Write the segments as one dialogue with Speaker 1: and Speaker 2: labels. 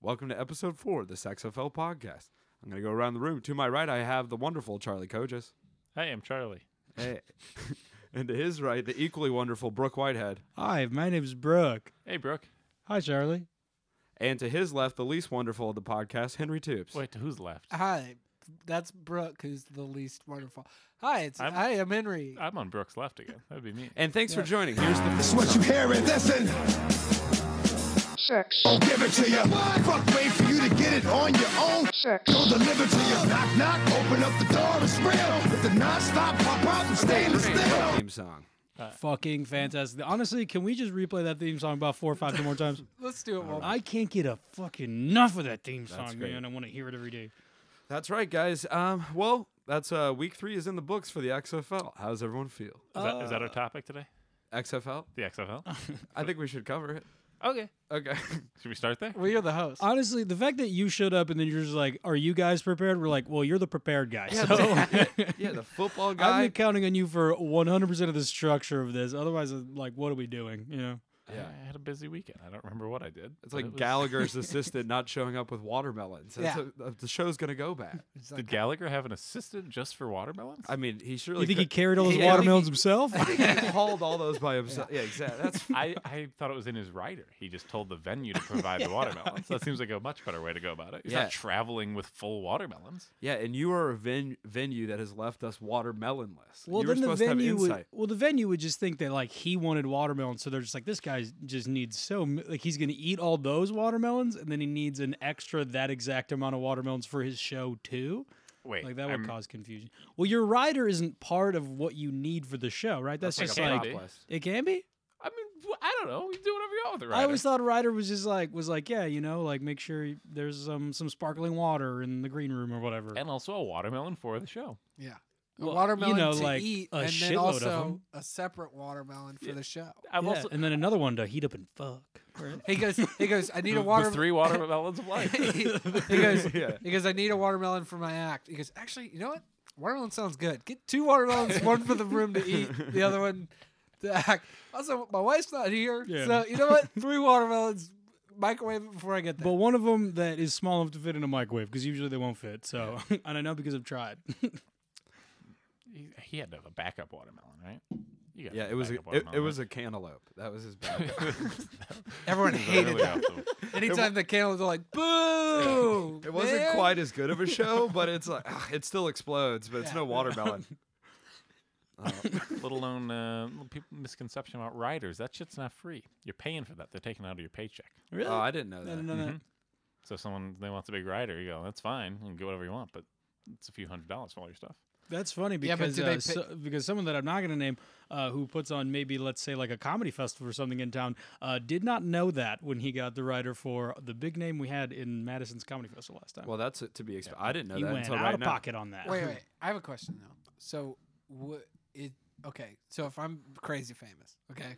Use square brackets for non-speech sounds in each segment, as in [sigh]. Speaker 1: Welcome to episode four of the SaxFL podcast. I'm going to go around the room. To my right, I have the wonderful Charlie Kojas.
Speaker 2: Hey, I'm Charlie.
Speaker 1: Hey. [laughs] and to his right, the equally wonderful Brooke Whitehead.
Speaker 3: Hi, my name's Brooke.
Speaker 2: Hey, Brooke.
Speaker 3: Hi, Charlie.
Speaker 1: And to his left, the least wonderful of the podcast, Henry Toops.
Speaker 2: Wait, who's left?
Speaker 4: Hi, that's Brooke, who's the least wonderful. Hi, it's
Speaker 2: I'm-
Speaker 4: I am Henry.
Speaker 2: [laughs] I'm on Brooke's left again. That'd be me.
Speaker 1: And thanks for joining. Here's the
Speaker 5: It's what you hear and listen.
Speaker 6: Sex.
Speaker 5: I'll give it to you. Fuck, wait for you to get it on your own.
Speaker 6: Sex.
Speaker 5: Go deliver to you. Knock, knock. Open up the door. It's real. With the non-stop pop out and stainless steel.
Speaker 1: theme song.
Speaker 3: Fucking fantastic. Honestly, can we just replay that theme song about four or five more times?
Speaker 4: [laughs] Let's do it one.
Speaker 3: I can't get a fucking enough of that theme
Speaker 1: That's
Speaker 3: song,
Speaker 1: great.
Speaker 3: man. I want to hear it every day.
Speaker 1: That's right, guys. Um, well, that's uh, week three is in the books for the XFL. How does everyone feel?
Speaker 2: Is, that, is that our topic today?
Speaker 1: XFL?
Speaker 2: The XFL?
Speaker 1: I think we should cover it.
Speaker 2: okay.
Speaker 1: Okay.
Speaker 2: Should we start there?
Speaker 4: We are the host.
Speaker 3: Honestly, the fact that you showed up and then you're just like, "Are you guys prepared?" We're like, "Well, you're the prepared guy." so
Speaker 1: yeah, the football
Speaker 3: [laughs] I've
Speaker 1: guy.
Speaker 3: been counting on you for 100 percent of the structure of this. Otherwise, uh, like, what are we doing? You know.
Speaker 1: Yeah.
Speaker 2: I had a busy weekend. I don't remember what I did.
Speaker 1: It's
Speaker 2: but
Speaker 1: like
Speaker 2: it was-
Speaker 1: Gallagher's assistant not showing up with watermelons. That's
Speaker 4: Yeah.
Speaker 1: a- uh, the show's gonna go bad.
Speaker 2: Did Gallagher have an assistant just for watermelons? [laughs]
Speaker 1: I mean, he surely.
Speaker 3: You think he
Speaker 1: could- [laughs]
Speaker 3: carried all his
Speaker 1: uh, Yeah, I think [laughs]
Speaker 3: watermelons himself? [laughs]
Speaker 1: he hauled all those by himself. Yeah, exactly. That's
Speaker 2: I, I thought it was in his rider. He just told the venue to provide the watermelons. That seems like a much better way to go about it. He's
Speaker 1: Yeah.
Speaker 2: not traveling with full watermelons.
Speaker 1: yeah. And you are a ven- venue that has left us watermelonless.
Speaker 3: Well,
Speaker 1: you were
Speaker 3: then the
Speaker 1: supposed to
Speaker 3: venue
Speaker 1: have
Speaker 3: would.
Speaker 1: insight.
Speaker 3: Well, the venue would just think that like he wanted watermelon, so they're just like, this guy just needs so m- like he's gonna eat all those watermelons, and then he needs an extra that exact amount of watermelons for his show too.
Speaker 2: Wait,
Speaker 3: Like that would
Speaker 2: I'm-
Speaker 3: cause confusion. Well, your rider isn't part of what you need for the show, right? That's
Speaker 2: That's
Speaker 3: just
Speaker 2: like a
Speaker 3: like
Speaker 2: prop
Speaker 1: list.
Speaker 3: it can be.
Speaker 2: I mean, wh- I don't know. You do whatever you want with the rider.
Speaker 3: I always thought a rider was just like was like yeah, you know, like make sure y- there's some some sparkling water in the green room or whatever.
Speaker 2: and also a watermelon for the show.
Speaker 4: yeah.
Speaker 3: Well,
Speaker 4: a watermelon
Speaker 3: you know,
Speaker 4: to
Speaker 3: like,
Speaker 4: eat,
Speaker 3: a
Speaker 4: and
Speaker 3: shitload
Speaker 4: then
Speaker 3: of
Speaker 4: also
Speaker 3: 'em.
Speaker 4: a separate watermelon for the show.
Speaker 2: I've
Speaker 3: Yeah,
Speaker 2: also
Speaker 3: and then another one to heat up and fuck. right?
Speaker 4: He goes. He goes.
Speaker 3: [laughs]
Speaker 4: I need a
Speaker 2: the
Speaker 4: watermelon.
Speaker 2: three watermelons of life.
Speaker 4: he, he goes.
Speaker 1: [laughs] Yeah.
Speaker 4: He goes. I need a watermelon for my act. He goes. Actually, you know what? Watermelon sounds good. Get two watermelons, one for the room to eat, the other one to act. Also, my wife's not here,
Speaker 3: Yeah.
Speaker 4: so you know what? Three watermelons. Microwave it before I get there.
Speaker 3: But one of them that is small enough to fit in a microwave because usually they won't fit. So, [laughs] and I know because I've tried.
Speaker 2: he, he had to have a backup watermelon, right? You gotta
Speaker 1: Yeah,
Speaker 2: have
Speaker 1: it was. A,
Speaker 2: backup
Speaker 1: it, it
Speaker 2: watermelon,
Speaker 1: was
Speaker 2: right?
Speaker 1: a cantaloupe. That was his
Speaker 3: [laughs]
Speaker 1: bad.
Speaker 4: Everyone
Speaker 1: [laughs]
Speaker 4: hated
Speaker 2: Really
Speaker 4: that.
Speaker 2: awesome.
Speaker 4: Anytime the candles are like, boo!
Speaker 1: [laughs] it wasn't
Speaker 4: man."
Speaker 1: quite as good of a
Speaker 3: [laughs]
Speaker 1: show, but it's like ah, it still explodes. But it's no watermelon.
Speaker 2: Let alone uh, little peop misconception about riders. That shit's not free. You're paying for that. They're taking it out of your paycheck.
Speaker 3: Really?
Speaker 1: Oh, I Mm-hmm. didn't know
Speaker 3: I
Speaker 1: that.
Speaker 3: didn't know that.
Speaker 2: So if someone they wants a big rider, you go, that's fine. You can get whatever you want, but it's a few hundred dollars for all your stuff.
Speaker 3: That's funny
Speaker 4: Yeah, but
Speaker 3: because
Speaker 4: do they
Speaker 3: uh, so- because someone that I'm not going to name, uh, who puts on maybe let's say like a comedy festival or something in town, uh, did not know that when he got the writer for the big name we had in Madison's comedy festival last time.
Speaker 1: Well, that's it to be expected. I didn't know
Speaker 3: he
Speaker 1: that
Speaker 3: went
Speaker 1: until
Speaker 3: out
Speaker 1: right
Speaker 3: of
Speaker 1: now.
Speaker 3: pocket on that.
Speaker 4: Wait,
Speaker 2: [laughs]
Speaker 3: [laughs]
Speaker 4: wait. I have a question though. So, what it? Okay, so if I'm crazy famous, okay,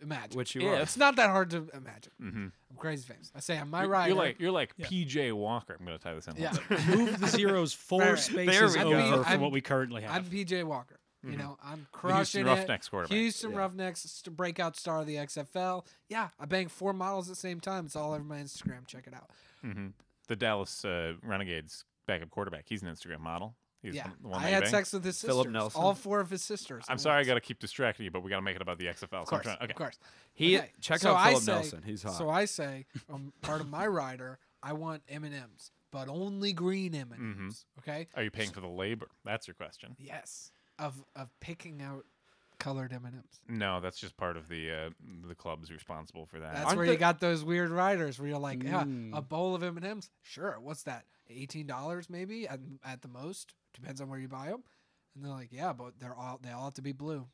Speaker 4: imagine.
Speaker 1: Which you
Speaker 2: Yeah.
Speaker 1: are.
Speaker 4: it's not that hard to imagine.
Speaker 2: Mm-hmm.
Speaker 4: I'm crazy famous. I say I'm my
Speaker 2: you're,
Speaker 4: rider.
Speaker 2: you're like you're like
Speaker 3: Yeah.
Speaker 2: PJ Walker. I'm gonna tie this in. a
Speaker 4: yeah,
Speaker 2: little bit.
Speaker 3: Move the zeros four
Speaker 4: Right, right.
Speaker 3: spaces
Speaker 1: There
Speaker 3: over
Speaker 1: we go.
Speaker 3: for
Speaker 4: I'm-
Speaker 3: what we currently have.
Speaker 4: I'm PJ Walker. You know, I'm
Speaker 2: Mm-hmm. The
Speaker 4: crushing
Speaker 2: Houston
Speaker 4: it.
Speaker 2: Roughnecks quarterback.
Speaker 4: Houston
Speaker 1: Yeah.
Speaker 4: Roughnecks, st- breakout star of the XFL. Yeah, I banged four models at the same time. It's all over my Instagram. Check it out.
Speaker 2: hmm The Dallas uh, Renegades backup quarterback. He's an Instagram model. He's
Speaker 4: yeah,
Speaker 2: the one
Speaker 4: I
Speaker 2: they
Speaker 4: had
Speaker 2: bang.
Speaker 4: sex with his sisters.
Speaker 1: Philip Nelson.
Speaker 4: All four of his sisters.
Speaker 2: I'm
Speaker 4: at
Speaker 2: sorry, I
Speaker 4: once.
Speaker 2: gotta keep distracting you, but we gotta make it about the XFL.
Speaker 4: Of course,
Speaker 2: so I'm trying, okay.
Speaker 4: of course.
Speaker 1: He
Speaker 4: Okay,
Speaker 1: check
Speaker 4: so
Speaker 1: out
Speaker 4: I
Speaker 1: Philip
Speaker 4: say-
Speaker 1: Nelson. He's hot.
Speaker 4: So I say, um, part of my rider, I want M and M's, but only green M and M's. Okay.
Speaker 2: Are you paying for the labor? That's your question.
Speaker 4: Yes. Of of picking out colored M and M's.
Speaker 2: No, that's just part of the uh, the club's responsible for that.
Speaker 4: That's
Speaker 1: Aren't
Speaker 4: where
Speaker 1: the-
Speaker 4: you got those weird riders where you're like, yeah, a
Speaker 3: Mm.
Speaker 4: bowl of M and M's. Sure. What's that? Eighteen dollars maybe at, at the most. Depends on where you buy them. And they're like, yeah, but they're all they all have to be blue.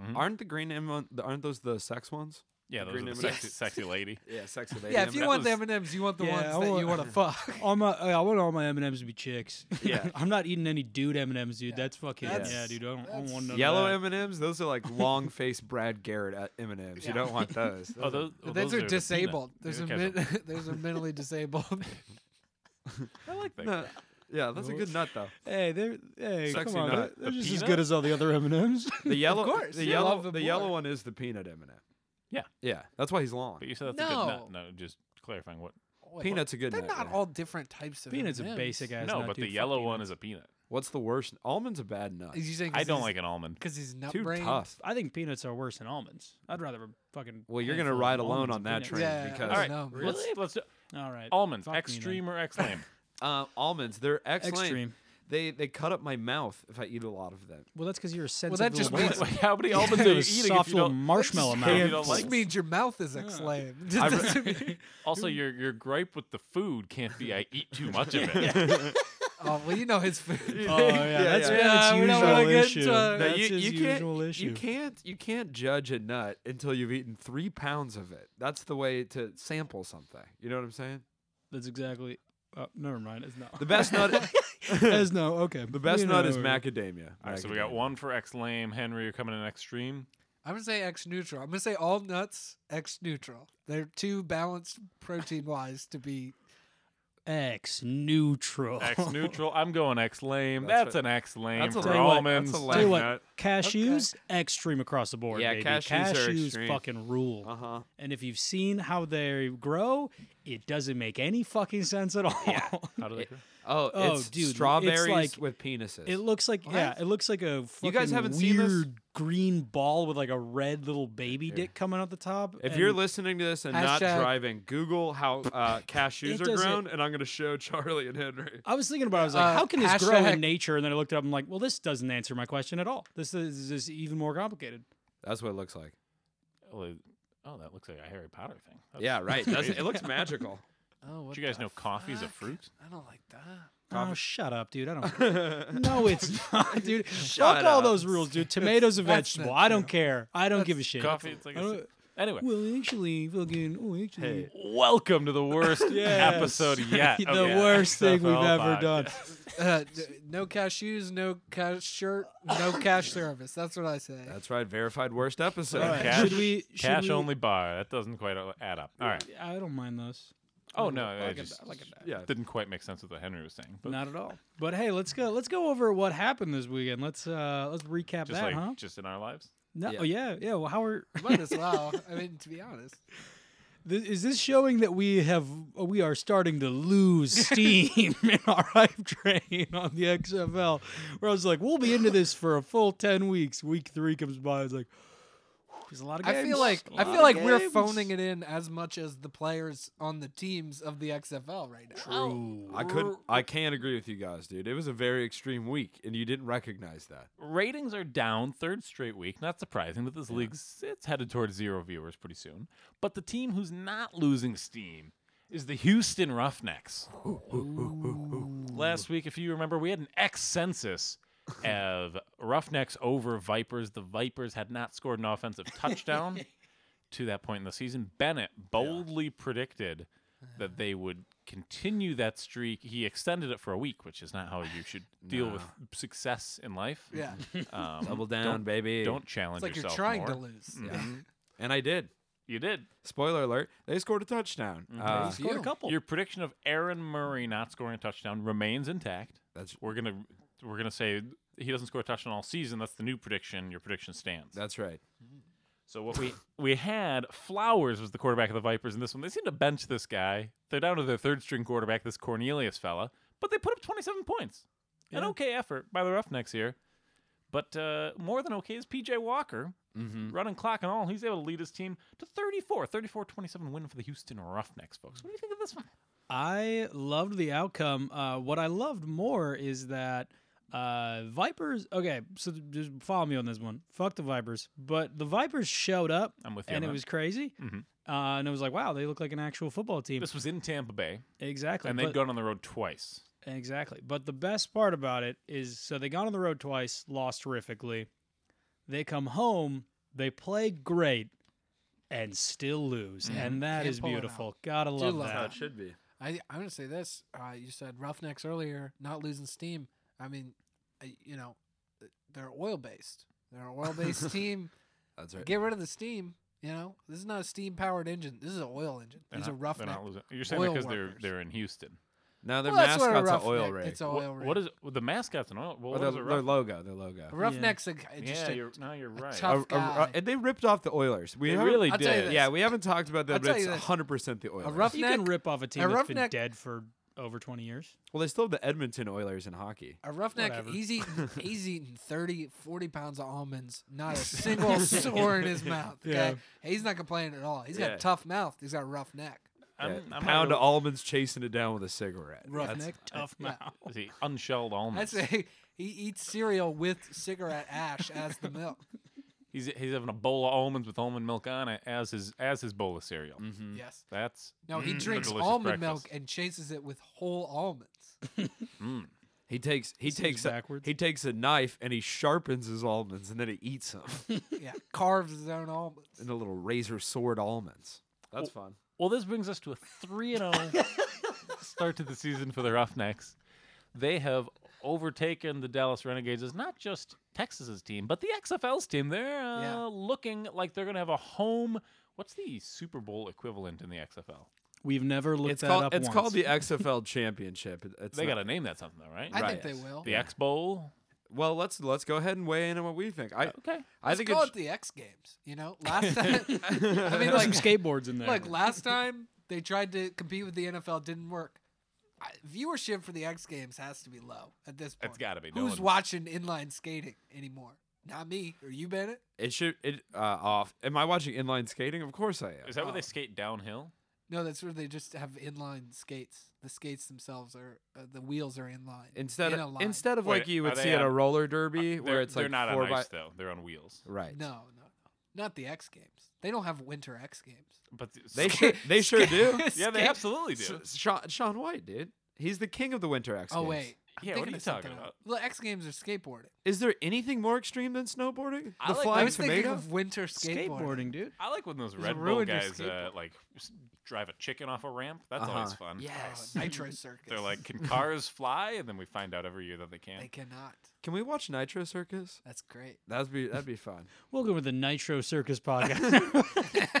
Speaker 4: Mm-hmm.
Speaker 1: Aren't the green M- aren't those the sex ones?
Speaker 2: yeah, those are
Speaker 1: Green
Speaker 2: the
Speaker 1: M&Ms. [laughs]
Speaker 2: sexy, sexy lady.
Speaker 1: Yeah, [laughs] sexy lady.
Speaker 4: Yeah, if you want the
Speaker 2: M&Ms.
Speaker 4: M and M's, you want the
Speaker 3: Yeah, I
Speaker 4: ones that you
Speaker 3: want-
Speaker 4: want to fuck.
Speaker 3: All my, oh, I want all my M and M's to be chicks.
Speaker 1: Yeah.
Speaker 3: [laughs] I'm not eating any dude M and M's, dude.
Speaker 4: Yeah.
Speaker 3: That's fucking
Speaker 4: That's-
Speaker 3: yeah, dude. I don't, I don't
Speaker 4: that's-
Speaker 3: want none of
Speaker 1: Yellow
Speaker 3: that.
Speaker 1: M and M's, those are like long face Brad Garrett uh, M and M's. You
Speaker 4: Yeah.
Speaker 1: don't want those.
Speaker 2: Oh, those, oh,
Speaker 4: Those,
Speaker 2: are
Speaker 4: are,
Speaker 2: the peanut-
Speaker 4: disabled. There's
Speaker 2: those
Speaker 4: a
Speaker 2: guys are-
Speaker 4: men- [laughs] there's a mentally disabled.
Speaker 2: I like that.
Speaker 1: No. Yeah, that's a good nut though.
Speaker 3: Hey, they're hey,
Speaker 1: Sexy
Speaker 3: come on,
Speaker 1: nut.
Speaker 3: they're,
Speaker 1: A
Speaker 3: they're just as
Speaker 2: peanut?
Speaker 3: good as all the other M and M's.
Speaker 1: The yellow,
Speaker 4: course,
Speaker 1: the
Speaker 4: yeah.
Speaker 1: yellow,
Speaker 4: Above the
Speaker 1: the yellow
Speaker 4: board.
Speaker 1: one is the peanut M and M.
Speaker 2: Yeah.
Speaker 1: yeah, that's why he's long.
Speaker 2: But you said that's a good nut. No, just clarifying what
Speaker 4: wait,
Speaker 1: Peanut's a good
Speaker 4: They're
Speaker 1: nut,
Speaker 4: not
Speaker 1: yeah.
Speaker 4: all different types of
Speaker 3: Peanut's a
Speaker 4: M&Ms.
Speaker 3: basic ass.
Speaker 2: no,
Speaker 3: nut,
Speaker 2: but
Speaker 3: dude.
Speaker 2: the
Speaker 3: Fuck
Speaker 2: yellow
Speaker 3: peanuts.
Speaker 2: one is a peanut.
Speaker 1: What's the worst? Almond's a bad nut.
Speaker 4: Is you saying
Speaker 2: I don't like an almond.
Speaker 4: because he's nut
Speaker 1: Too
Speaker 4: brain. [laughs]
Speaker 1: tough.
Speaker 3: I think peanuts are worse than almonds. I'd rather a fucking.
Speaker 1: Well, you're gonna
Speaker 3: handful of
Speaker 1: ride alone
Speaker 3: almonds
Speaker 1: on
Speaker 3: than
Speaker 1: that
Speaker 3: peanut.
Speaker 1: train
Speaker 4: Yeah,
Speaker 1: because
Speaker 2: All right,
Speaker 4: No,
Speaker 2: let's let's do,
Speaker 3: All right.
Speaker 2: almonds,
Speaker 3: Fuck me, man.
Speaker 2: extreme or X lamb.
Speaker 1: uh, almonds they're excellent.
Speaker 3: Extreme.
Speaker 1: They they cut up my mouth if I eat a lot of them.
Speaker 3: Well, that's because you're a sensitive.
Speaker 4: that just
Speaker 3: little
Speaker 4: means-
Speaker 3: white-
Speaker 2: How many [laughs] almonds
Speaker 3: You
Speaker 2: are you
Speaker 3: have a
Speaker 2: eating
Speaker 3: soft
Speaker 2: if you
Speaker 3: little
Speaker 2: don't?
Speaker 3: marshmallow
Speaker 2: if
Speaker 3: mouth.
Speaker 2: you don't
Speaker 4: Just
Speaker 2: like-
Speaker 4: means your mouth is [laughs] exclaimed.
Speaker 1: I
Speaker 4: Doesn't mean- [laughs]
Speaker 2: Also, your your gripe with the food can't be I eat too much of it.
Speaker 4: oh well, you know his food.
Speaker 3: [laughs] Oh yeah, that's
Speaker 1: yeah.
Speaker 3: been
Speaker 4: Yeah, we
Speaker 3: its
Speaker 4: don't
Speaker 3: usual
Speaker 4: wanna get
Speaker 3: issue.
Speaker 4: into it. No,
Speaker 1: No,
Speaker 3: that's
Speaker 1: you,
Speaker 3: his
Speaker 1: you can't,
Speaker 3: usual issue.
Speaker 1: You can't you can't judge a nut until you've eaten three pounds of it. That's the way to sample something. You know what I'm saying?
Speaker 3: That's exactly. Oh, never mind. It's not.
Speaker 1: The best
Speaker 3: [laughs]
Speaker 1: nut
Speaker 3: There's no. Okay.
Speaker 1: the best
Speaker 3: We
Speaker 1: nut
Speaker 3: know
Speaker 1: is
Speaker 3: where-
Speaker 1: macadamia.
Speaker 2: All right, so we got
Speaker 1: Macadamia.
Speaker 2: one for X lame. Henry, you're coming in extreme.
Speaker 4: [laughs] I'm gonna say X neutral. I'm gonna say all nuts X neutral. They're too balanced protein wise to be.
Speaker 3: X neutral.
Speaker 2: X neutral. I'm going X lame. That's,
Speaker 1: That's
Speaker 2: an X lame
Speaker 1: that's a
Speaker 2: for
Speaker 1: lame-
Speaker 2: almonds.
Speaker 1: that's a
Speaker 3: Tell you
Speaker 1: lame
Speaker 3: what,
Speaker 1: nut.
Speaker 3: cashews extreme across the board.
Speaker 1: Yeah,
Speaker 3: baby.
Speaker 1: cashews are extreme.
Speaker 3: fucking rule.
Speaker 1: Uh-huh.
Speaker 3: And if you've seen how they grow, it doesn't make any fucking sense at all. [laughs]
Speaker 2: How do they grow?
Speaker 1: Oh,
Speaker 3: Oh,
Speaker 1: it's
Speaker 3: dude, it's
Speaker 1: strawberries
Speaker 3: like-
Speaker 1: with penises.
Speaker 3: It looks like yeah, it looks like a fucking
Speaker 1: You guys haven't
Speaker 3: weird
Speaker 1: seen this?
Speaker 3: green ball with like a red little baby dick coming out the top.
Speaker 1: if you're
Speaker 3: and
Speaker 1: listening to this and not
Speaker 4: Hashtag-
Speaker 1: driving, Google how
Speaker 3: [laughs]
Speaker 1: uh, cashews
Speaker 3: It
Speaker 1: are
Speaker 3: doesn't-
Speaker 1: grown, and I'm going to show Charlie and Henry.
Speaker 3: I was thinking about it, I was like,
Speaker 4: Uh,
Speaker 3: how can this grow
Speaker 4: hashtag-
Speaker 3: in nature? And then I looked it up and I'm like, well, this doesn't answer my question at all. This is, this is even more complicated.
Speaker 1: That's what it looks like.
Speaker 2: Oh, they- oh, that looks like a Harry Potter thing. That's-
Speaker 1: Yeah,
Speaker 3: [laughs]
Speaker 1: right. Doesn't- it looks magical.
Speaker 4: Oh, what
Speaker 2: Did you guys
Speaker 4: the
Speaker 2: know coffee's a
Speaker 4: fuck?
Speaker 3: [laughs]
Speaker 2: fruit?
Speaker 4: I don't like that.
Speaker 3: Oh, shut up, dude. I don't.
Speaker 2: [laughs]
Speaker 3: no, it's not, dude. Fuck all
Speaker 1: up.
Speaker 3: those rules, dude. Tomatoes a
Speaker 4: That's
Speaker 3: vegetable.
Speaker 4: not
Speaker 3: I don't
Speaker 4: true.
Speaker 3: care. I don't give a shit.
Speaker 2: Coffee. It's like
Speaker 3: I
Speaker 2: a,
Speaker 3: don't-
Speaker 2: anyway.
Speaker 3: Well, actually, fucking. Oh, actually.
Speaker 2: Welcome to the worst
Speaker 3: [laughs] Yes.
Speaker 2: episode yet.
Speaker 3: [laughs]
Speaker 2: Oh
Speaker 3: The
Speaker 2: of [laughs]
Speaker 3: worst thing we've
Speaker 2: XFL
Speaker 3: ever done.
Speaker 2: podcast.
Speaker 4: Uh, d- no cashews, no cash shirt, no cash service. That's what I say.
Speaker 1: That's right. Verified worst episode.
Speaker 3: All right.
Speaker 2: Cash,
Speaker 3: Should we- should
Speaker 2: cash
Speaker 3: we-
Speaker 2: only bar. That doesn't quite add up. All right.
Speaker 3: I don't mind those.
Speaker 2: Oh no, I
Speaker 3: like it,
Speaker 2: just
Speaker 3: I like it back.
Speaker 1: Yeah.
Speaker 2: didn't quite make sense with what Henry was saying. But
Speaker 3: Not at all. But hey, let's go. Let's go over what happened this weekend. Let's uh let's recap
Speaker 2: just
Speaker 3: that,
Speaker 2: like
Speaker 3: huh?
Speaker 2: just in our lives.
Speaker 3: No,
Speaker 1: Yeah.
Speaker 3: yeah, yeah. Well, how are
Speaker 4: Might as well. I mean, to be honest.
Speaker 3: Th- is this showing that we have we are starting to
Speaker 2: [laughs]
Speaker 3: lose steam in our hype train on the XFL? Where I was like, we'll be into this for a full ten weeks. Week three comes by, it's like whew, there's a lot of games.
Speaker 4: I feel like
Speaker 3: a
Speaker 4: I
Speaker 3: lot
Speaker 4: feel
Speaker 3: of
Speaker 4: like we're
Speaker 3: games.
Speaker 4: phoning it in as much as the players on the teams of the XFL right now.
Speaker 3: True.
Speaker 1: I could I can't agree with you guys, dude. It was a very extreme week and you didn't recognize that.
Speaker 2: Ratings are down third straight week. Not surprising, but this league's it's headed towards zero viewers pretty soon. But the team who's not losing steam is the Houston Roughnecks. Last week, if you remember, we had an ex
Speaker 4: [laughs]
Speaker 2: census of Roughnecks over Vipers. The Vipers had not scored an offensive
Speaker 4: [laughs]
Speaker 2: touchdown to that point in the season. Bennett boldly predicted that they would continue that streak. He extended it for a week, which is not how you
Speaker 4: [sighs]
Speaker 2: should deal with success in life.
Speaker 4: Yeah. [laughs] It's
Speaker 2: Um,
Speaker 1: Double down,
Speaker 2: don't-
Speaker 1: baby.
Speaker 2: Don't challenge
Speaker 4: like you're
Speaker 2: yourself.
Speaker 4: trying to
Speaker 2: more. Mm-hmm.
Speaker 4: lose.
Speaker 1: And I did.
Speaker 2: You did.
Speaker 1: Spoiler alert, they scored a touchdown.
Speaker 2: Mm-hmm.
Speaker 1: Uh,
Speaker 4: Scored a couple.
Speaker 2: Your prediction of Aaron Murray not scoring a touchdown remains intact.
Speaker 1: That's-
Speaker 2: we're gonna we're gonna say he doesn't score a touchdown all season. That's the new prediction. Your prediction stands.
Speaker 1: that's right.
Speaker 2: so what we we had Flowers was the quarterback of the Vipers in this one. They seem to bench this guy. They're down to their third string quarterback, this Cornelius fella, but they put up 27 points. An okay effort by the Roughnecks here. But uh, more than okay is PJ Walker,
Speaker 3: Mm-hmm.
Speaker 2: running clock and all. He's able to lead his team to 34, 34 27 win for the Houston Roughnecks, folks. What do you think of this one?
Speaker 3: I loved the outcome. Uh, what I loved more is that uh, Vipers. Okay, so th- just follow me on this one. Fuck the Vipers, but the Vipers showed up.
Speaker 2: I'm with you on
Speaker 3: and it
Speaker 2: that. Mm-hmm.
Speaker 3: was crazy. Uh, and it was like, wow, they look like an actual football team.
Speaker 2: This was in Tampa Bay,
Speaker 3: exactly.
Speaker 2: and
Speaker 3: but-
Speaker 2: they'd gone on the road twice.
Speaker 3: Exactly. But the best part about it is so they got on the road twice, lost horrifically. They come home, they play great, and still lose. And that
Speaker 4: Can't
Speaker 3: is
Speaker 4: pull it out.
Speaker 3: beautiful. Gotta love,
Speaker 4: love
Speaker 3: that.
Speaker 4: that.
Speaker 1: should be.
Speaker 4: I, I'm gonna say this. Uh, you said Roughnecks earlier, not losing steam. I mean, I, you know, they're oil based. They're an oil
Speaker 2: [laughs]
Speaker 4: based team.
Speaker 1: That's right.
Speaker 4: Get rid of the steam. You know, this is not a steam powered engine. This is an oil engine.
Speaker 2: They're
Speaker 4: These
Speaker 2: not-
Speaker 4: are roughnecks.
Speaker 2: They're not losing. You're saying that
Speaker 4: oil
Speaker 2: because they're
Speaker 4: workers.
Speaker 2: they're in Houston.
Speaker 1: No, their
Speaker 4: Well, that's what a
Speaker 1: mascot's an oil
Speaker 4: roughneck-
Speaker 1: rig.
Speaker 4: It's an
Speaker 2: Wha-
Speaker 4: oil rig.
Speaker 2: What is well, the mascot's an oil? Well,
Speaker 1: Or
Speaker 2: what
Speaker 1: their,
Speaker 2: is it?
Speaker 1: their
Speaker 2: rough-
Speaker 1: lough- logo. Their logo.
Speaker 4: a roughnecks? A, just
Speaker 2: Yeah,
Speaker 4: a-
Speaker 2: you're, now you're right.
Speaker 1: A-
Speaker 4: tough-
Speaker 1: a- a-
Speaker 4: guy.
Speaker 1: and they ripped off the Oilers. We
Speaker 2: They
Speaker 1: haven't-
Speaker 2: really
Speaker 4: I'll tell you
Speaker 2: did.
Speaker 4: this.
Speaker 1: Yeah, we haven't talked about
Speaker 4: I'll
Speaker 1: that,
Speaker 4: tell
Speaker 1: but it's
Speaker 4: you this.
Speaker 1: 100% the Oilers.
Speaker 4: rough-
Speaker 3: You can
Speaker 4: Roughneck-
Speaker 3: rip off a team
Speaker 4: a
Speaker 3: that's been
Speaker 4: roughneck-
Speaker 3: dead for over 20 years.
Speaker 1: well, they still have the Edmonton Oilers in hockey.
Speaker 4: A roughneck,
Speaker 3: Whatever.
Speaker 1: [laughs]
Speaker 4: he's eating, he's eating 30, 40 pounds of almonds, not
Speaker 1: [laughs]
Speaker 4: a single sore in his mouth. Okay?
Speaker 3: Yeah.
Speaker 4: He's not complaining at all. He's got
Speaker 1: Yeah.
Speaker 4: a tough mouth. He's got a rough neck.
Speaker 2: I'm,
Speaker 1: Yeah,
Speaker 2: I'm not
Speaker 1: pound
Speaker 2: gonna-
Speaker 1: of almonds chasing it down with a cigarette.
Speaker 4: Rough
Speaker 1: That's-
Speaker 4: neck.
Speaker 3: Tough
Speaker 4: yeah.
Speaker 3: mouth.
Speaker 2: Is he unshelled almonds?
Speaker 4: I'd say he eats cereal with cigarette ash as the
Speaker 1: [laughs]
Speaker 4: milk.
Speaker 2: He's he's having a bowl of almonds with almond milk on it as his as his bowl of cereal.
Speaker 1: Hmm.
Speaker 4: Yes.
Speaker 2: That's
Speaker 4: No, he
Speaker 2: mm, a
Speaker 4: drinks
Speaker 2: delicious
Speaker 4: almond
Speaker 2: breakfast.
Speaker 4: milk and chases it with whole almonds.
Speaker 1: He takes he
Speaker 3: seems
Speaker 1: takes a,
Speaker 3: backwards.
Speaker 1: he takes a knife and he sharpens his almonds and then he eats them
Speaker 4: yeah, carves his own almonds.
Speaker 1: into little razor sword almonds. That's fun.
Speaker 2: Well, this brings us to a three and
Speaker 1: [laughs]
Speaker 2: zero start to the season for the Roughnecks. They have overtaken the Dallas Renegades as not just Texas's team, but the XFL's team. They're uh,
Speaker 4: Yeah.
Speaker 2: looking like they're going to have a home. What's the Super Bowl equivalent in the XFL?
Speaker 3: We've never looked
Speaker 1: It's
Speaker 3: that
Speaker 1: called
Speaker 3: up
Speaker 1: it's
Speaker 3: once.
Speaker 1: called the XFL Championship. It- It's
Speaker 2: they
Speaker 1: not-
Speaker 2: got to name that something, though, right?
Speaker 4: I
Speaker 1: Right.
Speaker 4: think they will.
Speaker 2: The X Bowl.
Speaker 1: well. Let's let's go ahead and weigh in on what we think. I
Speaker 2: Okay.
Speaker 1: I think
Speaker 4: Call
Speaker 1: it's,
Speaker 4: it the X Games. You know, last
Speaker 1: [laughs]
Speaker 4: time. [laughs] I mean,
Speaker 3: There's some
Speaker 4: like,
Speaker 3: skateboards in there.
Speaker 2: [laughs]
Speaker 4: Look, last time they tried to compete with the NFL, didn't work. I, viewership for the X Games has to be low at this point.
Speaker 2: It's got to be. No
Speaker 4: Who's
Speaker 2: one-
Speaker 4: watching inline skating anymore? Not me. Are you Bennett?
Speaker 1: it should it uh, off. Am I watching inline skating? Of course I am.
Speaker 2: Is that where
Speaker 4: Oh.
Speaker 2: they skate downhill?
Speaker 4: No, that's where they just have inline skates. The skates themselves are uh, the wheels are inline
Speaker 1: Instead
Speaker 4: in a
Speaker 1: of
Speaker 4: line.
Speaker 1: instead of
Speaker 2: Wait,
Speaker 1: like you
Speaker 2: are
Speaker 1: would
Speaker 2: they
Speaker 1: see at a
Speaker 2: on-
Speaker 1: roller derby where
Speaker 2: They're-
Speaker 1: it's
Speaker 2: they're
Speaker 1: like
Speaker 2: not
Speaker 1: four
Speaker 2: on
Speaker 1: by
Speaker 2: ice though. They're on wheels.
Speaker 1: right.
Speaker 4: no, no, no, not the X Games. They don't have winter X Games.
Speaker 2: [laughs] But the-
Speaker 1: They [laughs] sure
Speaker 4: [laughs]
Speaker 1: they sure do.
Speaker 2: yeah, they
Speaker 4: skate-
Speaker 2: absolutely do.
Speaker 1: S- Sean, Sean White, dude. He's the king of the winter X
Speaker 4: Oh
Speaker 1: Games.
Speaker 4: wait, I'm
Speaker 2: Yeah, what are
Speaker 4: thinking
Speaker 2: you
Speaker 4: of something
Speaker 2: talking
Speaker 4: else.
Speaker 2: about?
Speaker 4: Well, X Games are skateboarding.
Speaker 1: Is there anything more extreme than snowboarding?
Speaker 2: I
Speaker 1: the
Speaker 2: like- I
Speaker 1: flying
Speaker 4: I was
Speaker 1: tomato.
Speaker 4: thinking of winter skateboarding.
Speaker 3: skateboarding, dude.
Speaker 2: I like when those
Speaker 4: Just
Speaker 2: Red Bull
Speaker 4: ruined your
Speaker 2: guys uh,
Speaker 4: skateboard.
Speaker 2: like s- drive a chicken off a ramp. That's
Speaker 1: Uh-huh.
Speaker 2: always fun.
Speaker 1: Yes.
Speaker 4: Oh, Nitro Circus.
Speaker 2: They're like, [laughs] can cars fly? And then we find out every year that they can.
Speaker 4: they cannot.
Speaker 1: Can we watch Nitro Circus?
Speaker 4: That's great.
Speaker 1: That'd be that'd be fun.
Speaker 3: Welcome to the Nitro Circus podcast, [laughs]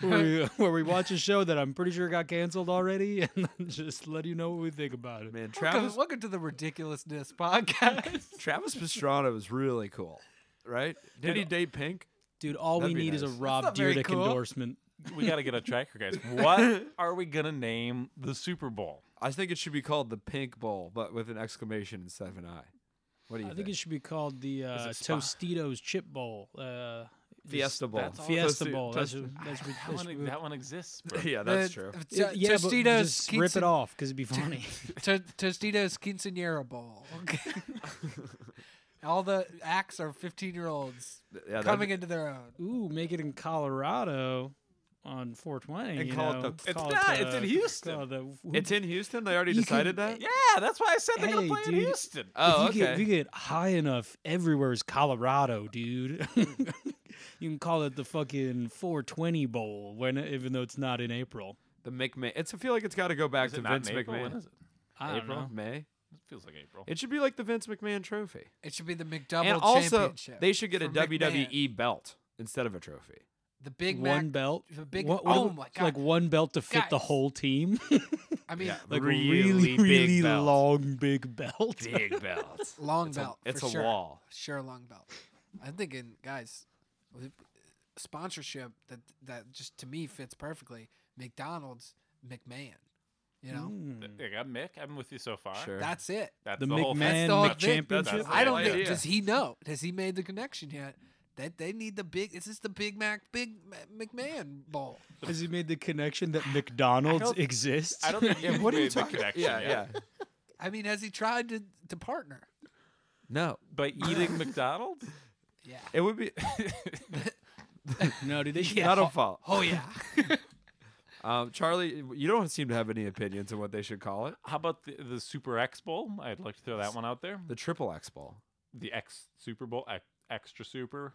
Speaker 3: where, we, where we watch a show that I'm pretty sure got canceled already, [laughs] and then just let you know what we think about it.
Speaker 1: Man,
Speaker 4: Welcome,
Speaker 1: Travis
Speaker 4: welcome to the ridiculousness podcast.
Speaker 1: Travis Pastrana was really cool, right? Did he date Pink?
Speaker 3: Dude, all
Speaker 1: That'd
Speaker 3: we
Speaker 1: be
Speaker 3: need is a
Speaker 1: nice.
Speaker 3: Rob
Speaker 4: not very
Speaker 3: Dyrdek
Speaker 4: cool.
Speaker 3: endorsement.
Speaker 2: We got to get a tracker, [laughs] guys. What are we gonna name the Super Bowl?
Speaker 1: I think it should be called the Pink Bowl, but with an exclamation instead of an I. What do you
Speaker 3: I think it should be called the uh,
Speaker 2: it Spa?
Speaker 3: Tostitos Chip Bowl. Uh, is-
Speaker 1: Fiesta Bowl.
Speaker 2: that's all-
Speaker 3: Fiesta
Speaker 1: Tosti-
Speaker 3: Bowl. That's,
Speaker 1: Tosti-
Speaker 3: what- that's, what-
Speaker 2: That
Speaker 3: that's
Speaker 2: one,
Speaker 3: what-
Speaker 2: that one exists. [laughs] Bro.
Speaker 1: [laughs] yeah, that's
Speaker 4: The-
Speaker 1: true.
Speaker 4: Uh, t-
Speaker 3: Yeah, yeah, but
Speaker 4: Tostitos
Speaker 3: just rip it
Speaker 4: quince-
Speaker 3: off because
Speaker 1: [laughs]
Speaker 3: it'd be
Speaker 4: [laughs]
Speaker 3: funny.
Speaker 4: To- Tostitos Quinceanera Bowl. Okay.
Speaker 1: [laughs]
Speaker 4: All the acts are 15 year olds
Speaker 1: Th- Yeah, that'd
Speaker 4: coming
Speaker 1: be-
Speaker 4: into their own.
Speaker 3: Ooh, make it in Colorado on 420.
Speaker 1: And
Speaker 3: you
Speaker 1: call it
Speaker 3: know,
Speaker 1: the- It's
Speaker 3: call
Speaker 2: not,
Speaker 3: It
Speaker 2: it's in
Speaker 3: the-
Speaker 2: Houston.
Speaker 3: call it the-
Speaker 1: it's in Houston. They already
Speaker 3: You
Speaker 1: decided
Speaker 3: can-
Speaker 1: that.
Speaker 2: Yeah, that's why I said they're
Speaker 3: Hey,
Speaker 2: gonna play in
Speaker 3: dude.
Speaker 2: Houston.
Speaker 1: Oh,
Speaker 3: if you get,
Speaker 1: okay.
Speaker 3: if you get high enough, everywhere is Colorado, dude. [laughs] you can call it the fucking 420 Bowl, when even though it's not in April.
Speaker 1: the McMahon. It's. I feel like it's got to go back
Speaker 2: Is
Speaker 1: to
Speaker 2: it not in
Speaker 1: Vince
Speaker 2: April? When
Speaker 1: McMahon.
Speaker 2: is it?
Speaker 3: I don't
Speaker 1: April,
Speaker 3: know.
Speaker 1: May.
Speaker 2: It feels like April.
Speaker 1: It should be like the Vince McMahon Trophy.
Speaker 4: It should be the McDouble
Speaker 1: and also,
Speaker 4: Championship.
Speaker 1: they should get a E
Speaker 4: for McMahon.
Speaker 1: WWE belt instead of a trophy.
Speaker 4: The Big Mac.
Speaker 3: one belt.
Speaker 4: the Big-
Speaker 3: what,
Speaker 4: oh
Speaker 3: what-
Speaker 4: my
Speaker 3: it's Like
Speaker 4: God.
Speaker 3: one belt to fit the
Speaker 4: Guys.
Speaker 3: whole team. [laughs]
Speaker 4: I mean,
Speaker 3: like
Speaker 1: Really
Speaker 3: really,
Speaker 1: big
Speaker 3: really
Speaker 1: belt.
Speaker 3: long big belt.
Speaker 1: Big belt.
Speaker 4: long
Speaker 1: It's a-
Speaker 4: belt.
Speaker 1: it's
Speaker 4: for
Speaker 1: a
Speaker 4: sure.
Speaker 1: wall.
Speaker 4: Sure, long belt. I'm thinking, guys, with sponsorship that that just to me fits perfectly. McDonald's, McMahon. You know,
Speaker 1: Mm.
Speaker 2: They got Mick. I'm with you so far.
Speaker 1: Sure.
Speaker 4: that's it.
Speaker 2: That's
Speaker 3: Hmm. The
Speaker 2: the, whole thing.
Speaker 3: McMahon
Speaker 4: the whole
Speaker 3: Mick
Speaker 4: thing.
Speaker 2: That's
Speaker 3: Championship.
Speaker 2: the
Speaker 4: I don't
Speaker 2: whole
Speaker 4: think.
Speaker 2: idea.
Speaker 4: Does he know? Has he made the connection yet? That they need the big. This is the Big Mac, Big Ma- McMahon Bowl.
Speaker 3: [laughs] Has he made the connection [sighs] that McDonald's exists?
Speaker 2: I don't [laughs] think you've
Speaker 1: what are you
Speaker 2: made the
Speaker 1: talking?
Speaker 2: connection
Speaker 1: Yeah,
Speaker 2: yet.
Speaker 1: yeah.
Speaker 4: I mean, has he tried to to partner?
Speaker 1: No,
Speaker 2: [laughs] By eating McDonald's?
Speaker 4: Yeah.
Speaker 1: it would be
Speaker 3: [laughs] no, dude. They should
Speaker 1: not a fault.
Speaker 4: Oh yeah.
Speaker 1: Um, Charlie, you don't seem to have any opinions on what they should call it.
Speaker 2: How about the, the Super X Bowl? I'd like to throw that one out there.
Speaker 1: The Triple X Bowl.
Speaker 2: The X Super Bowl, ex, extra super.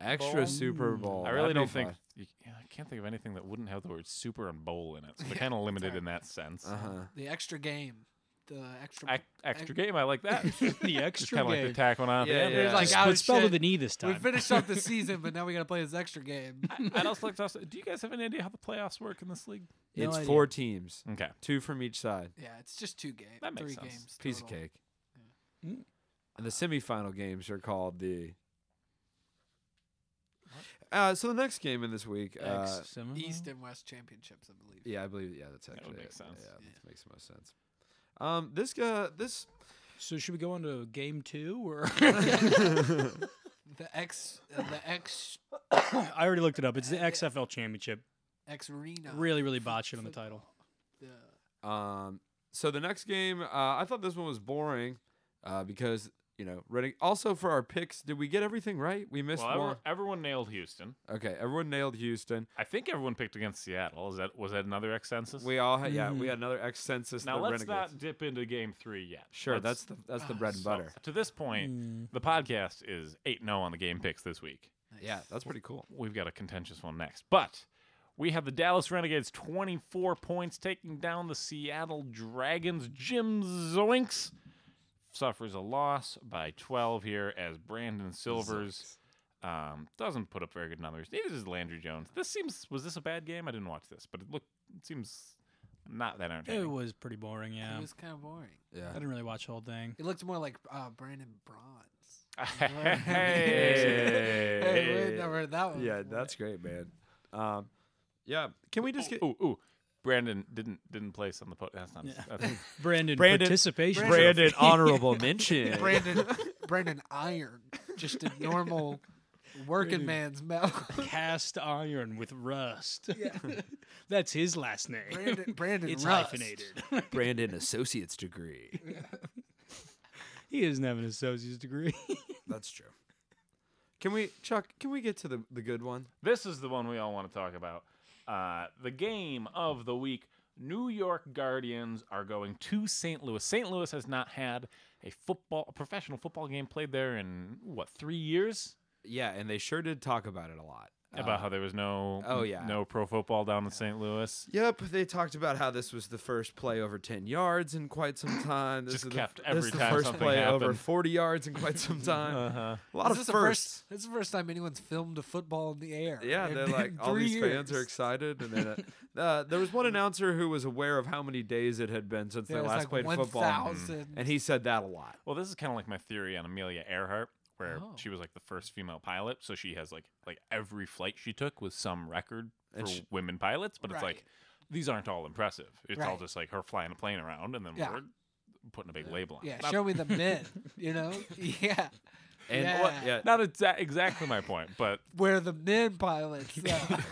Speaker 1: Extra
Speaker 2: Bowl?
Speaker 1: Super Bowl.
Speaker 2: Hmm. I really
Speaker 1: That'd be
Speaker 2: don't think
Speaker 1: fun.
Speaker 2: you, yeah, I can't think of anything that wouldn't have the word super and bowl in it. So they're kind of limited in that sense.
Speaker 1: Uh-huh.
Speaker 4: the extra game. the extra.
Speaker 2: Ac- extra game. I like that.
Speaker 3: the
Speaker 2: Just
Speaker 3: extra
Speaker 2: kind of like [laughs]
Speaker 3: game.
Speaker 2: the tack one on. at the
Speaker 1: Yeah,
Speaker 2: end.
Speaker 1: yeah.
Speaker 2: There's
Speaker 1: Like,
Speaker 3: Just
Speaker 4: oh,
Speaker 3: split spell
Speaker 4: shit.
Speaker 3: with an e this
Speaker 4: we
Speaker 3: time. [laughs]
Speaker 4: finished up the season, but now we got to play this extra game.
Speaker 2: like- I'd also like to ask, do you guys have any idea how the playoffs work in this league?
Speaker 3: No
Speaker 1: it's
Speaker 3: idea.
Speaker 1: four teams,
Speaker 2: Okay.
Speaker 1: two from each side.
Speaker 4: Yeah, it's just two games.
Speaker 2: That makes
Speaker 4: three
Speaker 2: sense.
Speaker 4: games.
Speaker 1: Piece of
Speaker 4: total.
Speaker 1: cake.
Speaker 3: Mm.
Speaker 1: And the semifinal games are called the. Uh, so the next game in this week, uh,
Speaker 3: X semi-
Speaker 4: East and West championships, I believe.
Speaker 1: yeah, I believe, yeah, that's
Speaker 2: That
Speaker 1: actually
Speaker 2: would make
Speaker 1: it.
Speaker 2: sense.
Speaker 1: Yeah,
Speaker 4: Yeah.
Speaker 1: that makes the most sense. Um, this uh, this
Speaker 3: So should we go on to game two [laughs] or?
Speaker 4: The X, uh, the X,
Speaker 3: I already looked it up. It's the XFL Championship.
Speaker 4: X Arena.
Speaker 3: Really, really botched it on the title.
Speaker 4: The-
Speaker 1: Um, so the next game, uh, I thought this one was boring uh, because you know Reading. Also for our picks, did we get everything right? We missed
Speaker 2: Well,
Speaker 1: one.
Speaker 2: everyone, everyone nailed Houston.
Speaker 1: Okay, everyone nailed Houston.
Speaker 2: I think everyone picked against Seattle. Is that was that another X census?
Speaker 1: We all had yeah. We had another ex census.
Speaker 2: now
Speaker 1: the
Speaker 2: let's
Speaker 1: Renegades.
Speaker 2: not dip into game three yet.
Speaker 1: Sure, that's
Speaker 2: Let's-
Speaker 1: the that's the bread and
Speaker 2: so-
Speaker 1: butter.
Speaker 2: to this point, the podcast is 8 0 on the game picks this week.
Speaker 1: Yeah, that's pretty cool.
Speaker 2: We've got a contentious one next. But we have the Dallas Renegades 24 points taking down the Seattle Dragons. Jim Zoinks suffers a loss by 12 here as Brandon Silvers um, doesn't put up very good numbers. Neither does Landry Jones. This seems was this a bad game? I didn't watch this, but it looked it seems not that entertaining.
Speaker 3: It was pretty boring. Yeah,
Speaker 4: It was kind of boring.
Speaker 3: I
Speaker 1: Yeah.
Speaker 3: didn't really watch the whole thing.
Speaker 4: It looked more like uh, Brandon Bronze.
Speaker 2: [laughs]
Speaker 1: [laughs]
Speaker 2: Hey.
Speaker 4: Hey, we never heard that one.
Speaker 1: Yeah,
Speaker 4: before.
Speaker 1: that's great, man. Um, yeah. Can we just get
Speaker 2: ooh, ooh. Brandon didn't didn't place on the po- that's not
Speaker 3: Yeah.
Speaker 2: that's-
Speaker 3: Brandon,
Speaker 1: Brandon-
Speaker 3: participation.
Speaker 1: Brandon
Speaker 3: [laughs]
Speaker 1: honorable mention?
Speaker 4: Brandon
Speaker 1: [laughs]
Speaker 4: Brandon Iron, just a normal working man's metal.
Speaker 3: cast iron with rust. [laughs] That's his last name.
Speaker 4: [laughs] Brandon, Brandon
Speaker 3: it's
Speaker 4: Rust.
Speaker 3: hyphenated.
Speaker 1: [laughs] Brandon associate's degree.
Speaker 3: he doesn't have an associate's degree.
Speaker 1: That's true. Can we Chuck? Can we get to the the good one?
Speaker 2: This is the one we all want to talk about. Uh, the game of the week. New York Guardians are going to St. Louis. St. Louis has not had a football, a professional football game played there in what three years?
Speaker 1: Yeah, and they sure did talk about it a lot.
Speaker 2: About how there was no,
Speaker 1: Uh, oh, yeah.
Speaker 2: no pro football down in St. Louis.
Speaker 1: Yep, they talked about how this was the first play over ten yards in quite
Speaker 2: [laughs]
Speaker 1: some time. This
Speaker 2: Just
Speaker 1: is
Speaker 2: kept
Speaker 1: the,
Speaker 2: every
Speaker 1: this is the
Speaker 2: time
Speaker 1: first
Speaker 2: something
Speaker 1: play over
Speaker 2: happened.
Speaker 1: forty yards in quite
Speaker 2: [laughs]
Speaker 1: some time.
Speaker 2: Uh-huh.
Speaker 1: A lot
Speaker 4: This
Speaker 1: of firsts.
Speaker 4: is the first. This is the first time anyone's filmed a football in the air.
Speaker 1: Yeah,
Speaker 4: in-
Speaker 1: they're
Speaker 4: [laughs]
Speaker 1: like
Speaker 4: in
Speaker 1: all
Speaker 4: three
Speaker 1: these fans are
Speaker 4: years.
Speaker 1: excited, and then
Speaker 4: [laughs]
Speaker 1: uh, uh, there was one announcer who was aware of how many days it had been since
Speaker 4: Yeah,
Speaker 1: they
Speaker 4: it's
Speaker 1: last
Speaker 4: like
Speaker 1: played football, Mm.
Speaker 4: 1,000.
Speaker 1: and he said that a lot.
Speaker 2: Well, this is kind of like my theory on Amelia Earhart, where
Speaker 4: Oh.
Speaker 2: she was like the first female pilot, so she has like like every flight she took was some record for
Speaker 1: And she-
Speaker 2: women pilots, but it's
Speaker 4: Right.
Speaker 2: like these aren't all impressive. It's all
Speaker 4: Right.
Speaker 2: just like her flying a plane around, and then
Speaker 4: Yeah.
Speaker 2: we're putting a big label on. it.
Speaker 1: [laughs]
Speaker 4: Yeah,
Speaker 2: not,
Speaker 4: show me the men. You know, [laughs] yeah,
Speaker 1: And
Speaker 4: Yeah.
Speaker 1: yeah,
Speaker 2: not exa- exactly my point, but
Speaker 4: where the men [laughs] pilots. Yeah.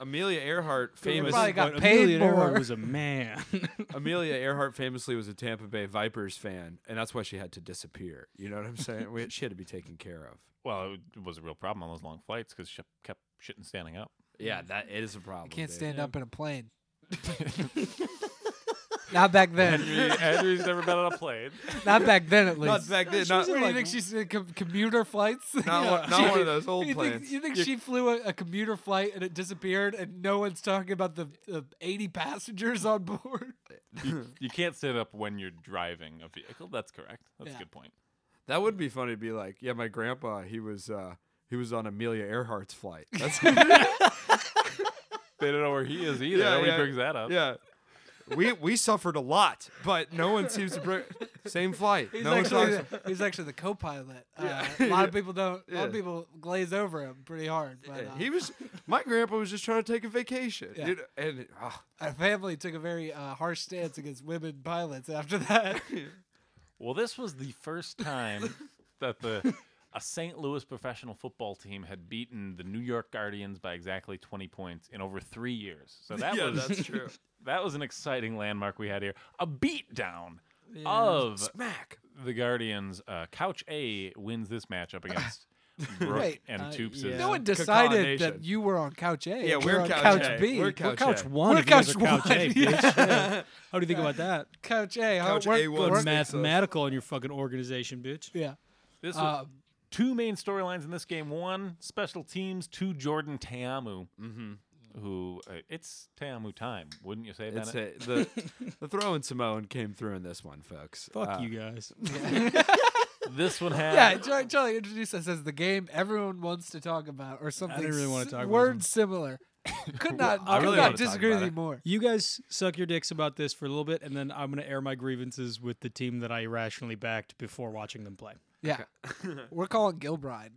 Speaker 1: Amelia Earhart famous.
Speaker 4: probably got
Speaker 3: But
Speaker 4: paid
Speaker 3: Amelia Earhart
Speaker 4: more.
Speaker 3: was a
Speaker 4: [laughs]
Speaker 3: man.
Speaker 1: [laughs] Amelia Earhart famously was a Tampa Bay Vipers fan, and that's why she had to disappear. You know what I'm saying? We- she had to be taken care of.
Speaker 2: well, it was a real problem on those long flights because she kept shitting standing
Speaker 4: [laughs]
Speaker 2: up.
Speaker 1: Yeah, that is a problem.
Speaker 4: Mm. Can't
Speaker 1: dude.
Speaker 4: stand up in
Speaker 1: [laughs]
Speaker 4: a plane. Not back then.
Speaker 2: Henry, Henry's never been on a plane.
Speaker 4: Not back then, at
Speaker 1: Not
Speaker 4: least.
Speaker 1: back then. Not,
Speaker 4: What do you think she's in com- commuter flights? [laughs]
Speaker 1: not, one, not one of those old
Speaker 4: you
Speaker 1: planes.
Speaker 4: think, you think she flew a, a commuter flight and it disappeared, and no one's talking about the, the 80 passengers
Speaker 1: [laughs]
Speaker 4: on board?
Speaker 2: You can't stand up when you're driving a vehicle. That's correct. That's
Speaker 4: Yeah.
Speaker 2: a good point.
Speaker 1: That would be funny to be like, yeah, my grandpa, he was uh, he was on Amelia Earhart's [laughs] flight. That's yeah,
Speaker 2: They don't know where he is either. when
Speaker 1: yeah,
Speaker 2: he brings that
Speaker 1: [laughs]
Speaker 2: up.
Speaker 1: yeah. We we suffered a lot, but no one seems to bring [laughs] same flight.
Speaker 4: He's,
Speaker 1: no one
Speaker 4: actually,
Speaker 1: talks.
Speaker 4: the, he's actually
Speaker 1: [laughs]
Speaker 4: the co-pilot. Uh, a lot of people don't. A lot of
Speaker 1: Yeah.
Speaker 4: people glaze over him pretty hard. But uh,
Speaker 1: He was my grandpa was just trying to take a vacation.
Speaker 4: Yeah.
Speaker 1: you know, and ah,
Speaker 4: our family took a very uh, harsh stance against women pilots after that.
Speaker 2: Well, this was the
Speaker 1: [laughs]
Speaker 2: first time that the a St. Louis professional football team had beaten the New York Guardians by exactly 20 points in over 3 years. So that
Speaker 1: yeah,
Speaker 2: was [laughs]
Speaker 1: that's true.
Speaker 2: that was an exciting landmark we had here. A beatdown of
Speaker 1: Smack.
Speaker 2: the Guardians. Uh, Couch A wins this
Speaker 1: [laughs]
Speaker 2: matchup against Brooke
Speaker 4: Wait,
Speaker 2: and
Speaker 3: uh,
Speaker 2: Toops.
Speaker 3: yeah.
Speaker 4: No one
Speaker 1: Cacao
Speaker 4: decided
Speaker 1: Nation.
Speaker 4: that you were on couch A.
Speaker 1: Yeah,
Speaker 4: You
Speaker 1: we're
Speaker 4: on
Speaker 1: couch
Speaker 4: couch
Speaker 1: A.
Speaker 4: B.
Speaker 1: We're
Speaker 3: We're
Speaker 1: Couch
Speaker 3: [laughs] couch
Speaker 1: A.
Speaker 3: one.
Speaker 4: We're
Speaker 3: if you guys are
Speaker 4: couch
Speaker 3: couch A,
Speaker 4: one,
Speaker 3: bitch. Yeah. How do you think about that?
Speaker 4: Couch A. Huh?
Speaker 1: Couch
Speaker 4: We're-
Speaker 1: A
Speaker 4: we're-
Speaker 1: won.
Speaker 3: Going
Speaker 1: Worst-
Speaker 3: mathematical in your fucking organization, bitch.
Speaker 4: Yeah.
Speaker 2: This was
Speaker 4: Uh,
Speaker 2: two main storylines in this game. One, special teams. Two, Jordan Tamu. who uh, it's Teamu time, wouldn't you say, Bennett?
Speaker 1: Mm-hmm. It's a, the the throwing Samoan came through in this one, folks.
Speaker 3: Fuck
Speaker 4: Ah.
Speaker 1: Uh,
Speaker 3: you guys.
Speaker 2: This one had
Speaker 4: Yeah, Charlie, Charlie introduced us as the game everyone wants to talk about, or something.
Speaker 3: really wanna
Speaker 4: s-
Speaker 3: talk about
Speaker 4: Words
Speaker 1: [laughs]
Speaker 4: similar. Could not.
Speaker 1: I
Speaker 4: could
Speaker 1: really wanna
Speaker 4: not
Speaker 1: talk
Speaker 4: disagree
Speaker 1: about
Speaker 4: with you
Speaker 1: it.
Speaker 4: more.
Speaker 3: You guys suck your dicks about this for a little bit, and then I'm gonna air my grievances with the team that I irrationally backed before watching them play.
Speaker 4: Yeah,
Speaker 1: [laughs]
Speaker 4: we're calling Gilbride.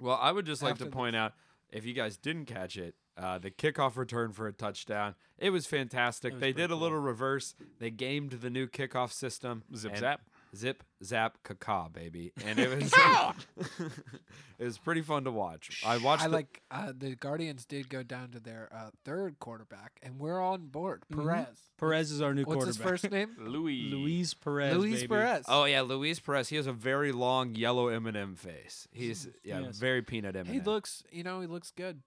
Speaker 1: Well, I would just like to
Speaker 4: After
Speaker 1: point out if you guys didn't catch it, uh, the kickoff return for a touchdown. It was fantastic. they did a little reverse. They gamed the new kickoff system.
Speaker 2: Zip
Speaker 1: and-
Speaker 2: zap.
Speaker 1: Zip zap caca, baby. And it was [laughs] it was pretty fun to watch. I watched
Speaker 4: I
Speaker 1: the-
Speaker 4: like uh, the Guardians did go down to their uh, third quarterback, and we're on board.
Speaker 1: Mm-hmm.
Speaker 4: Perez.
Speaker 3: Perez is our new
Speaker 4: What's his
Speaker 3: quarterback.
Speaker 1: [laughs]
Speaker 4: first name?
Speaker 2: Louis.
Speaker 3: Luis Perez.
Speaker 4: Luis
Speaker 3: baby.
Speaker 4: Perez.
Speaker 1: Oh yeah, Luis Perez. He has a very long yellow M&M face. He's yeah,
Speaker 3: Yes.
Speaker 1: very peanut M&M.
Speaker 4: he looks. You know, he looks good.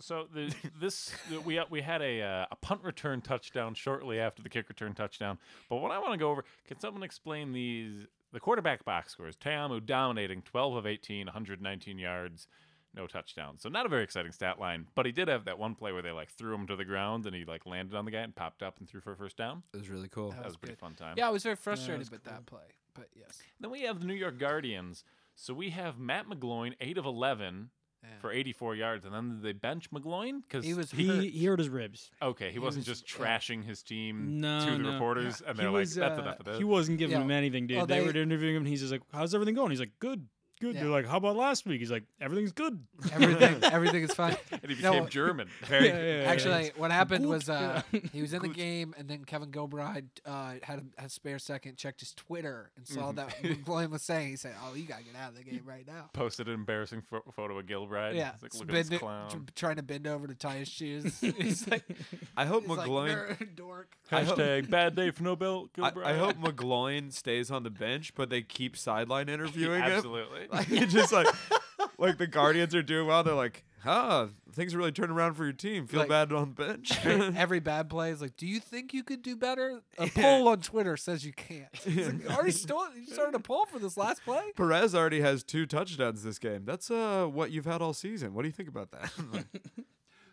Speaker 2: So the, this the- we we had a uh, a punt return touchdown shortly after the kick return touchdown. But what I want to go over, can someone explain these the quarterback box scores? Teamu dominating 12 of 18, 119 yards, no touchdowns. So not a very exciting stat line, but he did have that one play where they like threw him to the ground and he like landed on the guy and popped up and threw for a first down.
Speaker 1: It was really cool.
Speaker 2: That was a pretty fun time.
Speaker 4: Yeah, I was very frustrated with that play, but yes.
Speaker 2: Then we have the New York Guardians. So we have Matt McGloin, 8 of 11
Speaker 4: Yeah.
Speaker 2: for 84 yards and then did they bench McGloin cuz
Speaker 4: He was hurt.
Speaker 3: He he hurt his ribs.
Speaker 2: Okay, he, wasn't
Speaker 4: was-
Speaker 2: just trashing his team
Speaker 3: No,
Speaker 2: to the
Speaker 3: no.
Speaker 2: reporters, and
Speaker 3: he
Speaker 2: they're
Speaker 3: was,
Speaker 2: like, "That's
Speaker 3: uh,
Speaker 2: enough of this."
Speaker 3: He wasn't giving
Speaker 4: Yeah.
Speaker 3: him anything, dude.
Speaker 4: Well,
Speaker 3: they,
Speaker 4: they-
Speaker 3: were interviewing him. and He's just like, "How's everything going?" He's like, "Good, good." They're
Speaker 4: Yeah.
Speaker 3: like, "How about last week?" He's like, "Everything's good."
Speaker 4: everything everything is fine.
Speaker 2: and he
Speaker 4: No,
Speaker 2: became German. [laughs] Very
Speaker 3: Yeah, yeah, yeah.
Speaker 4: Actually, what happened
Speaker 3: Good.
Speaker 4: was uh, he was in the
Speaker 3: Good.
Speaker 4: game, and then Kevin Gilbride uh, had a, had a spare second, checked his Twitter, and saw
Speaker 2: Mm-hmm.
Speaker 4: that McGloin was saying, he said, "Oh, you gotta get out of the game right now."
Speaker 2: posted an embarrassing pho- photo of Gilbride.
Speaker 4: Yeah,
Speaker 2: It's like,
Speaker 4: it's
Speaker 2: look at this
Speaker 4: bending- tr-
Speaker 2: clown.
Speaker 4: trying to bend over to tie his
Speaker 2: [laughs]
Speaker 4: shoes. [laughs] He's like,
Speaker 1: I hope
Speaker 4: he's like,
Speaker 1: McGloin
Speaker 4: "You're a dork.
Speaker 1: I hope-
Speaker 2: Hashtag bad day for Nobel
Speaker 1: I,
Speaker 2: Gilbride.
Speaker 1: I [laughs] hope McGloin stays on the bench, but they keep
Speaker 2: [laughs]
Speaker 1: sideline interviewing him.
Speaker 2: Absolutely. [laughs]
Speaker 1: Like, [laughs] it's just like like the Guardians are doing well. They're like, huh, things really turn around for your team. Feel
Speaker 4: Like-
Speaker 1: bad on the bench.
Speaker 4: [laughs] Every bad play is like, do you think you could do better? A poll on Twitter says
Speaker 2: [laughs]
Speaker 4: you can't. He's like, "You already stole, you started a poll for this last play.
Speaker 1: [laughs] Perez already has two touchdowns this game. That's uh what you've had all season. What do you think about that? [laughs]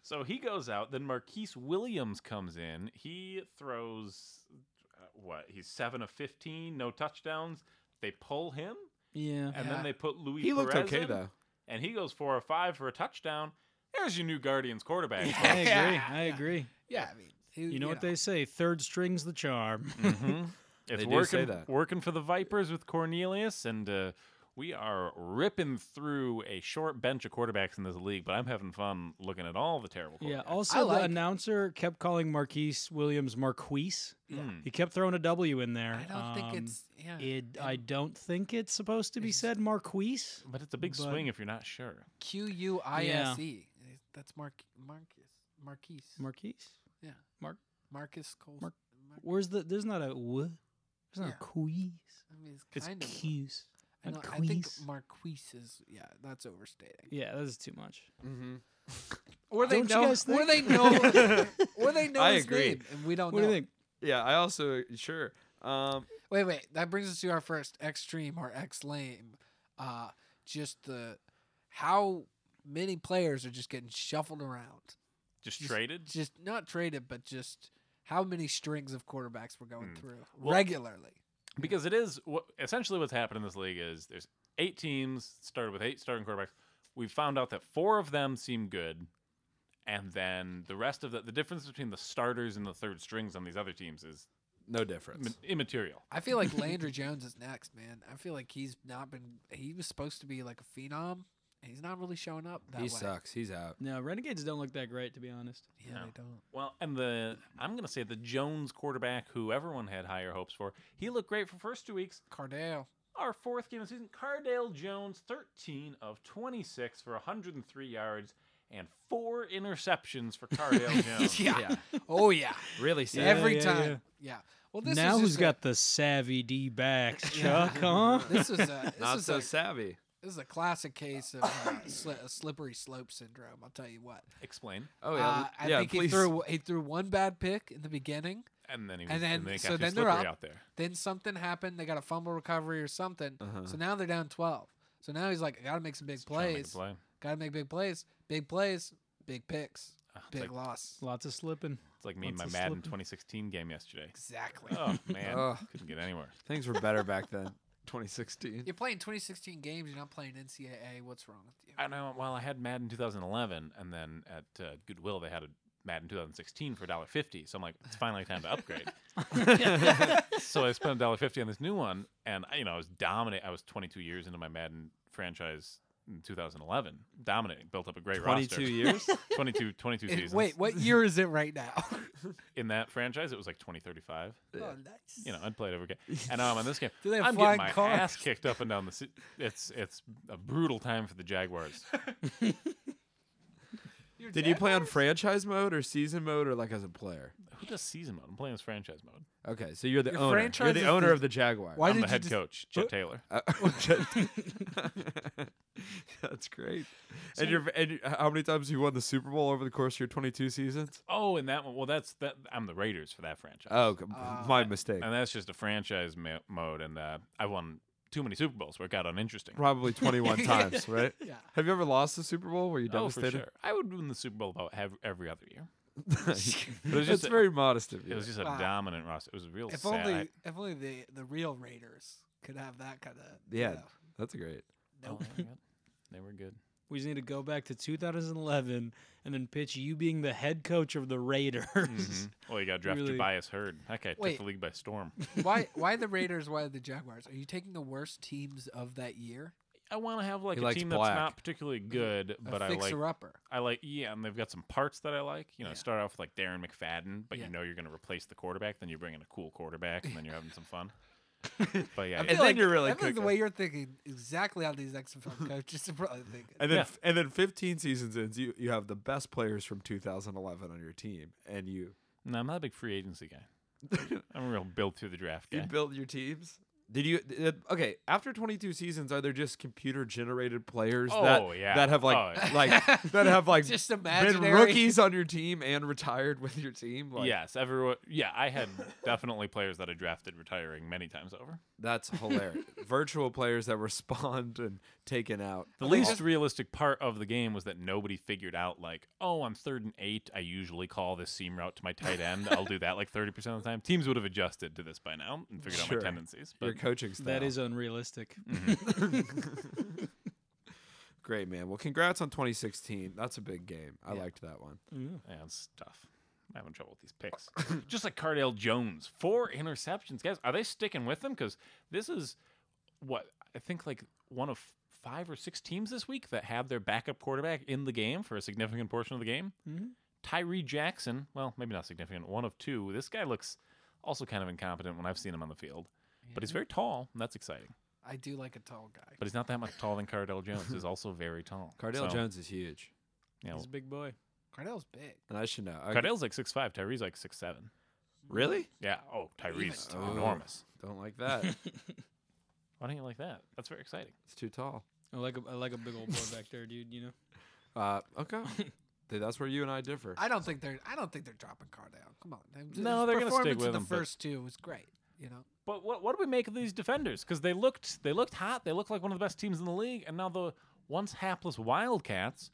Speaker 2: So he goes out. Then Marquise Williams comes in. He throws uh, what? He's seven of fifteen, no touchdowns. They pull him,
Speaker 3: Yeah.
Speaker 2: and
Speaker 4: Yeah.
Speaker 2: then they put Louis.
Speaker 1: he looked
Speaker 2: Perez
Speaker 1: okay
Speaker 2: in,
Speaker 1: though.
Speaker 2: and he goes four or five for a touchdown. There's your new Guardians quarterback.
Speaker 3: I [laughs] agree. I agree.
Speaker 4: Yeah, I mean, he-
Speaker 3: You know what they say: third string's the [laughs] charm.
Speaker 2: [laughs]
Speaker 1: [laughs]
Speaker 2: Mm-hmm. It's
Speaker 1: They do
Speaker 2: working,
Speaker 1: say that.
Speaker 2: working for the Vipers with Cornelius, and uh, we are ripping through a short bench of quarterbacks in this league. But I'm having fun looking at all the terrible.
Speaker 3: Yeah.
Speaker 2: quarterbacks.
Speaker 3: Also,
Speaker 4: like-
Speaker 3: the announcer kept calling Marquise Williams Marquise.
Speaker 2: Mm.
Speaker 3: He kept throwing a W in there.
Speaker 4: I don't think
Speaker 3: Um,
Speaker 4: it's. Yeah,
Speaker 3: It, I don't think it's supposed to be said Marquise.
Speaker 2: but it's a big
Speaker 3: But-
Speaker 2: swing if you're not sure.
Speaker 4: Q U I S E. That's Mark Marcus Marquise
Speaker 3: Marquise.
Speaker 4: Yeah.
Speaker 3: Mark-
Speaker 4: Marcus Cole.
Speaker 3: Mark- Where's the? There's not a w. There's not
Speaker 4: Yeah.
Speaker 3: a quees.
Speaker 4: I mean, it's
Speaker 3: It's
Speaker 4: kind of.
Speaker 3: quees.
Speaker 4: I, know, I think Marquise is. Yeah, that's overstating.
Speaker 3: Yeah, that's too much.
Speaker 1: Mm-hmm.
Speaker 4: Or they
Speaker 3: Don't you
Speaker 4: know.
Speaker 3: guys
Speaker 4: Or
Speaker 3: think? [laughs]
Speaker 4: they know. [laughs] or they know
Speaker 1: I
Speaker 4: his
Speaker 1: agree.
Speaker 4: name, and we don't
Speaker 3: What do
Speaker 4: know.
Speaker 3: you think?
Speaker 1: Yeah, I also sure. Um,
Speaker 4: Wait, wait. That brings us to our first extreme or X lame. Uh, just the how many players are just getting shuffled around.
Speaker 2: Just,
Speaker 4: Just-
Speaker 2: traded.
Speaker 4: Just not traded, but just how many strings of quarterbacks we're going through
Speaker 2: Well-
Speaker 4: regularly.
Speaker 2: because it is what essentially what's happened in this league is there's eight teams started with eight starting quarterbacks. We found out that four of them seem good, and then the rest of the the difference between the starters and the third strings on these other teams is
Speaker 1: no difference.
Speaker 2: immaterial.
Speaker 4: I
Speaker 3: [laughs]
Speaker 4: feel like Landry Jones is next, man. I feel like he's not been. He was supposed to be like a phenom. and He's not really showing up. That
Speaker 1: He
Speaker 4: way.
Speaker 1: sucks. He's out.
Speaker 3: No, Renegades don't look that great, to be honest.
Speaker 4: Yeah,
Speaker 2: No.
Speaker 4: they don't.
Speaker 2: Well, and the I'm gonna say the Jones quarterback, who everyone had higher hopes for, he looked great for first two weeks.
Speaker 4: Cardale.
Speaker 2: Our fourth game of the season, Cardale Jones, 13 of 26 for 103 yards and four interceptions for [laughs] Cardale
Speaker 4: [laughs]
Speaker 2: Jones.
Speaker 1: Yeah.
Speaker 4: Oh yeah. [laughs]
Speaker 1: Really sad.
Speaker 4: Every
Speaker 3: yeah,
Speaker 4: time. Yeah. Well, this
Speaker 3: now
Speaker 4: was
Speaker 3: who's
Speaker 4: just a-
Speaker 3: got the savvy D backs, [laughs] Chuck? Huh? [laughs]
Speaker 4: this is a this
Speaker 1: Not
Speaker 4: is
Speaker 1: so
Speaker 4: a,
Speaker 1: savvy.
Speaker 4: this is a classic case of uh, sli- a slippery slope syndrome. I'll tell you what.
Speaker 2: Explain.
Speaker 1: Oh yeah.
Speaker 4: Uh,
Speaker 1: l-
Speaker 4: I
Speaker 1: yeah,
Speaker 4: think he
Speaker 1: please.
Speaker 4: threw he threw one bad pick in the beginning.
Speaker 2: And then he was,
Speaker 4: And then-
Speaker 2: they got
Speaker 4: so
Speaker 2: too
Speaker 4: then they're
Speaker 2: slippery
Speaker 4: up.
Speaker 2: out there.
Speaker 4: Then something happened. They got a fumble recovery or something.
Speaker 1: Uh-huh.
Speaker 4: So now they're down twelve. So now he's like, I gotta make some big
Speaker 2: Trying to make a
Speaker 4: plays.
Speaker 2: play.
Speaker 4: Gotta make big plays. Big plays. Big picks.
Speaker 2: Ah,
Speaker 4: Big loss.
Speaker 3: Lots of slipping.
Speaker 2: It's like me and my
Speaker 3: Lots of
Speaker 2: Madden
Speaker 3: slipping.
Speaker 2: 2016 game
Speaker 4: [laughs]
Speaker 2: yesterday.
Speaker 4: Exactly.
Speaker 2: Oh man,
Speaker 1: Ugh.
Speaker 2: couldn't get anywhere.
Speaker 1: [laughs] Things were better back then. [laughs] 2016.
Speaker 4: You're playing 2016 games. You're not playing NCAA. What's wrong with you?
Speaker 2: I know. Well, I had Madden 2011, and then at uh, Goodwill they had a Madden 2016 for $1.50. So I'm like, it's finally time to upgrade. [laughs]
Speaker 4: [laughs]
Speaker 2: so I spent $1.50 on this new one, and I- you know I was dominating. I was 22 years into my Madden franchise in 2011, dominating, built up a great
Speaker 1: 22 [laughs]
Speaker 2: roster.
Speaker 1: years?
Speaker 2: 22,
Speaker 4: [laughs]
Speaker 2: 22
Speaker 4: And
Speaker 2: seasons.
Speaker 4: Eh, wait, what year is it right now? [laughs]
Speaker 2: in that franchise, it was like 2035.
Speaker 4: oh, nice.
Speaker 2: You know, I'd played every game, and now I'm on this game.
Speaker 4: [laughs] Do they have
Speaker 2: I'm getting
Speaker 4: flying
Speaker 2: my
Speaker 4: cars?
Speaker 2: ass kicked up and down the. ci- It's it's a brutal time for the Jaguars.
Speaker 4: Your
Speaker 1: Did you
Speaker 4: dad-
Speaker 1: play on franchise mode or season mode or like as a player?
Speaker 2: Who does season mode? I'm playing as franchise mode.
Speaker 1: Okay, so you're the
Speaker 4: Your
Speaker 1: owner. You're
Speaker 4: franchise
Speaker 1: the
Speaker 4: is
Speaker 1: owner
Speaker 4: the-
Speaker 1: of the Jaguar.
Speaker 4: Why
Speaker 2: I'm
Speaker 4: did
Speaker 2: the
Speaker 4: you
Speaker 2: head
Speaker 4: just- Oh.
Speaker 2: coach, Jet Taylor.
Speaker 1: Uh, [laughs] That's great. and you're and you- how many times you won the Super Bowl over the course of your 22 seasons?
Speaker 2: Oh, and that one. Well, that's that. I'm the Raiders for that franchise.
Speaker 1: Oh, okay, my mistake.
Speaker 2: and that's just a franchise ma- mode. And uh, I won too many Super Bowls where it got
Speaker 1: [laughs]
Speaker 2: uninteresting.
Speaker 1: Probably 21 times, [laughs] right?
Speaker 4: Yeah.
Speaker 1: Have you ever lost the Super Bowl? Were you
Speaker 2: Oh, for
Speaker 1: devastated?
Speaker 2: sure. I would win the Super Bowl about ev- every other year.
Speaker 1: [laughs]
Speaker 2: But it was
Speaker 1: That's
Speaker 2: just a,
Speaker 1: very modest of you.
Speaker 2: It was just a
Speaker 4: Wow.
Speaker 2: dominant roster. It was a real
Speaker 4: If
Speaker 2: sad.
Speaker 4: only, if only the the real Raiders could have that kind of.
Speaker 1: yeah, that's great.
Speaker 2: Oh, my God. They were
Speaker 4: [laughs]
Speaker 2: good.
Speaker 3: We just need to go back to 2011 and then pitch you being the head coach of the Raiders.
Speaker 1: Mm-hmm.
Speaker 2: Well, you got drafted
Speaker 3: Really-
Speaker 2: Tobias Hurd. That guy took
Speaker 4: Wait.
Speaker 2: the league by storm.
Speaker 4: why? Why the Raiders? Why the Jaguars? Are you taking the worst teams of that year?
Speaker 2: I want to have like
Speaker 1: He
Speaker 2: a
Speaker 1: likes
Speaker 2: team
Speaker 1: black.
Speaker 2: that's not particularly good,
Speaker 4: A
Speaker 2: but I like.
Speaker 4: fixer upper.
Speaker 2: I like yeah, and they've got some parts that I like. You know,
Speaker 4: Yeah.
Speaker 2: start off with like Darren McFadden, but
Speaker 4: Yeah.
Speaker 2: you know you're going to replace the quarterback. Then you bring in a cool quarterback, and then you're having some
Speaker 4: [laughs]
Speaker 2: fun. But yeah,
Speaker 4: I
Speaker 2: it-
Speaker 1: then
Speaker 4: feel like,
Speaker 1: you're really
Speaker 4: I feel like the
Speaker 1: cooking.
Speaker 4: way you're thinking exactly how
Speaker 1: [laughs]
Speaker 4: these XFL coaches are probably thinking.
Speaker 1: And then,
Speaker 2: Yeah.
Speaker 1: f and then 15 seasons in, you, you have the best players from 2011 on your team, and you
Speaker 2: no, I'm not a big free agency
Speaker 4: [laughs]
Speaker 2: guy. I'm a real build through the draft
Speaker 1: you
Speaker 2: guy.
Speaker 1: build your teams. Did you th- th- okay? After 22 seasons, are there just computer generated players
Speaker 2: Oh,
Speaker 1: that
Speaker 2: yeah.
Speaker 1: that have like
Speaker 2: Oh, yeah.
Speaker 1: like that have like
Speaker 4: Just
Speaker 1: been
Speaker 4: imaginary.
Speaker 1: rookies on your team and retired with your team? Like,
Speaker 2: yes, everyone. Yeah, I had definitely players that I drafted retiring many times over. [laughs]
Speaker 1: that's hilarious. Virtual players that were spawned and taken out.
Speaker 2: The least realistic part of the game was that nobody figured out like, oh, I'm third and eight. I usually call this seam route to my tight end. I'll do that like 30 percent of the time. Teams would have adjusted to this by now and figured
Speaker 1: Sure.
Speaker 2: out my tendencies.
Speaker 1: Your
Speaker 2: But
Speaker 1: coaching style.
Speaker 3: [laughs] That is unrealistic.
Speaker 1: great, man. Well, congrats on 2016. That's a big game. I liked that one.
Speaker 2: yeah, it's tough. I'm having trouble with these picks. [coughs] Just like Cardale Jones, four interceptions, guys. Are they sticking with them? Because this is what I think like one of five or six teams this week that have their backup quarterback in the game for a significant portion of the game.
Speaker 1: Mm-hmm.
Speaker 2: Tyree Jackson, well, maybe not significant, one of two. This guy looks also kind of incompetent when I've seen him on the field, but he's very tall, and that's exciting.
Speaker 4: I do like a tall guy.
Speaker 2: But he's not that much taller than Cardell Jones. He's also very tall.
Speaker 1: Cardale
Speaker 2: So,
Speaker 1: Jones is huge,
Speaker 2: You know,
Speaker 3: He's a big boy.
Speaker 4: Cardell's big.
Speaker 1: and I should know. I-
Speaker 2: Cardale's like six five. Tyree's like six seven.
Speaker 1: really?
Speaker 2: [laughs] Yeah. Oh, Tyree's
Speaker 1: Even taller.
Speaker 2: enormous.
Speaker 1: Don't like that. it's
Speaker 2: Why don't you like that? That's very exciting.
Speaker 1: too tall.
Speaker 3: I like a, I like a big old boy back there, dude. You know.
Speaker 1: Uh, okay. Dude, that's where you and I differ.
Speaker 4: I don't think they're. I don't think they're dropping Cardell. Come on. His
Speaker 2: No, they're gonna stick
Speaker 4: performance in
Speaker 2: with
Speaker 4: the
Speaker 2: him, but-
Speaker 4: first two was great. You know.
Speaker 2: But what what do we make of these defenders? Because they looked they looked hot. They looked like one of the best teams in the league. And now the once hapless Wildcats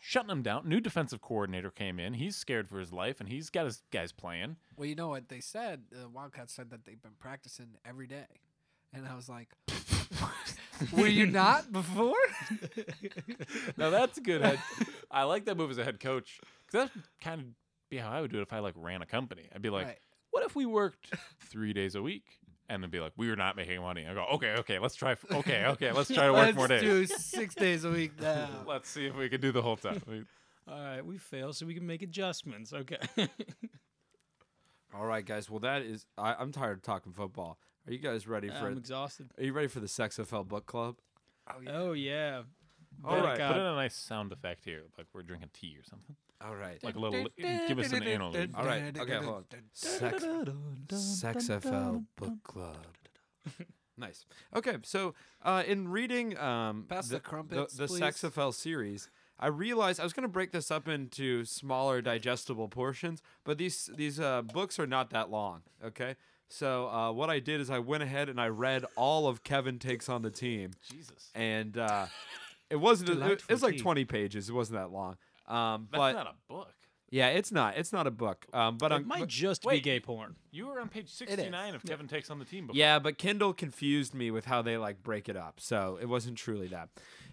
Speaker 2: shutting them down. New defensive coordinator came in. He's scared for his life, and he's got his guys playing.
Speaker 4: Well, you know what they said. The Wildcats said that they've been practicing every day, and I was like, [laughs] "Were you not before?"
Speaker 2: Now that's a good head. [laughs] I like that move as a head coach. 'Cause that kind of be how I would do it if I like ran a company. I'd be like,
Speaker 4: Right.
Speaker 2: what if we worked three days a week? And then be like, we were not making money. I go, okay, okay, let's try. f- Okay, okay, let's try to work
Speaker 4: Let's
Speaker 2: more days.
Speaker 4: do six days a week now.
Speaker 2: Let's see if we can do the whole time. We-
Speaker 3: All right, we fail, so we can make adjustments. Okay.
Speaker 1: [laughs]
Speaker 3: [laughs]
Speaker 1: All right, guys. Well, that is. I, I'm tired of talking football. Are you guys ready for?
Speaker 3: I'm
Speaker 1: it?
Speaker 3: exhausted.
Speaker 1: Are you ready for the SexFL book club?
Speaker 3: Oh yeah.
Speaker 1: All
Speaker 3: Thank
Speaker 1: right.
Speaker 2: Put
Speaker 3: God.
Speaker 2: in a nice sound effect here, like we're drinking tea or something.
Speaker 1: All right.
Speaker 2: [laughs] Like a little, give us an interlude.
Speaker 1: All right. Okay. Hold on. Sex, SexFL book club. [laughs] Nice. Okay. So, uh, in reading um,
Speaker 4: Pass the crumpets,
Speaker 1: the, the
Speaker 4: please.
Speaker 1: SexFL series, I realized I was going to break this up into smaller, digestible portions, but these these uh, books are not that long. Okay. So uh, what I did is I went ahead and I read all of Kevin Takes on the Team.
Speaker 2: Jesus,
Speaker 1: and
Speaker 4: [laughs]
Speaker 1: uh, it wasn't. It, it
Speaker 3: Delightful
Speaker 1: was like
Speaker 3: tea.
Speaker 1: 20 pages. It wasn't that long. Um,
Speaker 2: that's
Speaker 1: but
Speaker 2: not a book.
Speaker 1: Yeah, it's not. It's not a book. Um, but I'm.
Speaker 3: It might
Speaker 1: but-
Speaker 3: just be
Speaker 2: wait.
Speaker 3: gay porn.
Speaker 2: You were on page 69 of Kevin Takes on the Team before.
Speaker 1: yeah, but Kindle confused me with how they like break it up, so it wasn't truly that.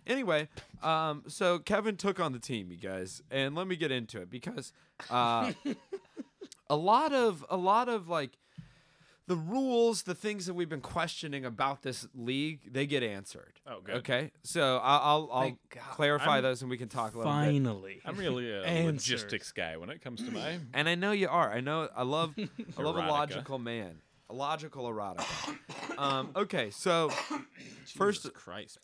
Speaker 1: Anyway, um, so Kevin took on the team, you guys, and let me get into it because
Speaker 2: [laughs]
Speaker 1: uh, a lot of a lot of like the rules, the things that we've been questioning about this league, they get answered.
Speaker 2: Oh, good.
Speaker 1: Okay, so I'll I'll, I'll clarify
Speaker 2: I'm
Speaker 1: those and we can talk a little bit.
Speaker 3: Finally.
Speaker 2: I'm really a
Speaker 3: Answers.
Speaker 2: logistics guy when it comes to
Speaker 1: [clears throat]
Speaker 2: my.
Speaker 1: and I know you are. I know. I
Speaker 4: [laughs]
Speaker 1: love. I love a
Speaker 2: Erotica.
Speaker 1: logical man. A logical erotica. um, okay,
Speaker 4: [laughs]
Speaker 1: so first,
Speaker 2: Jesus Christ.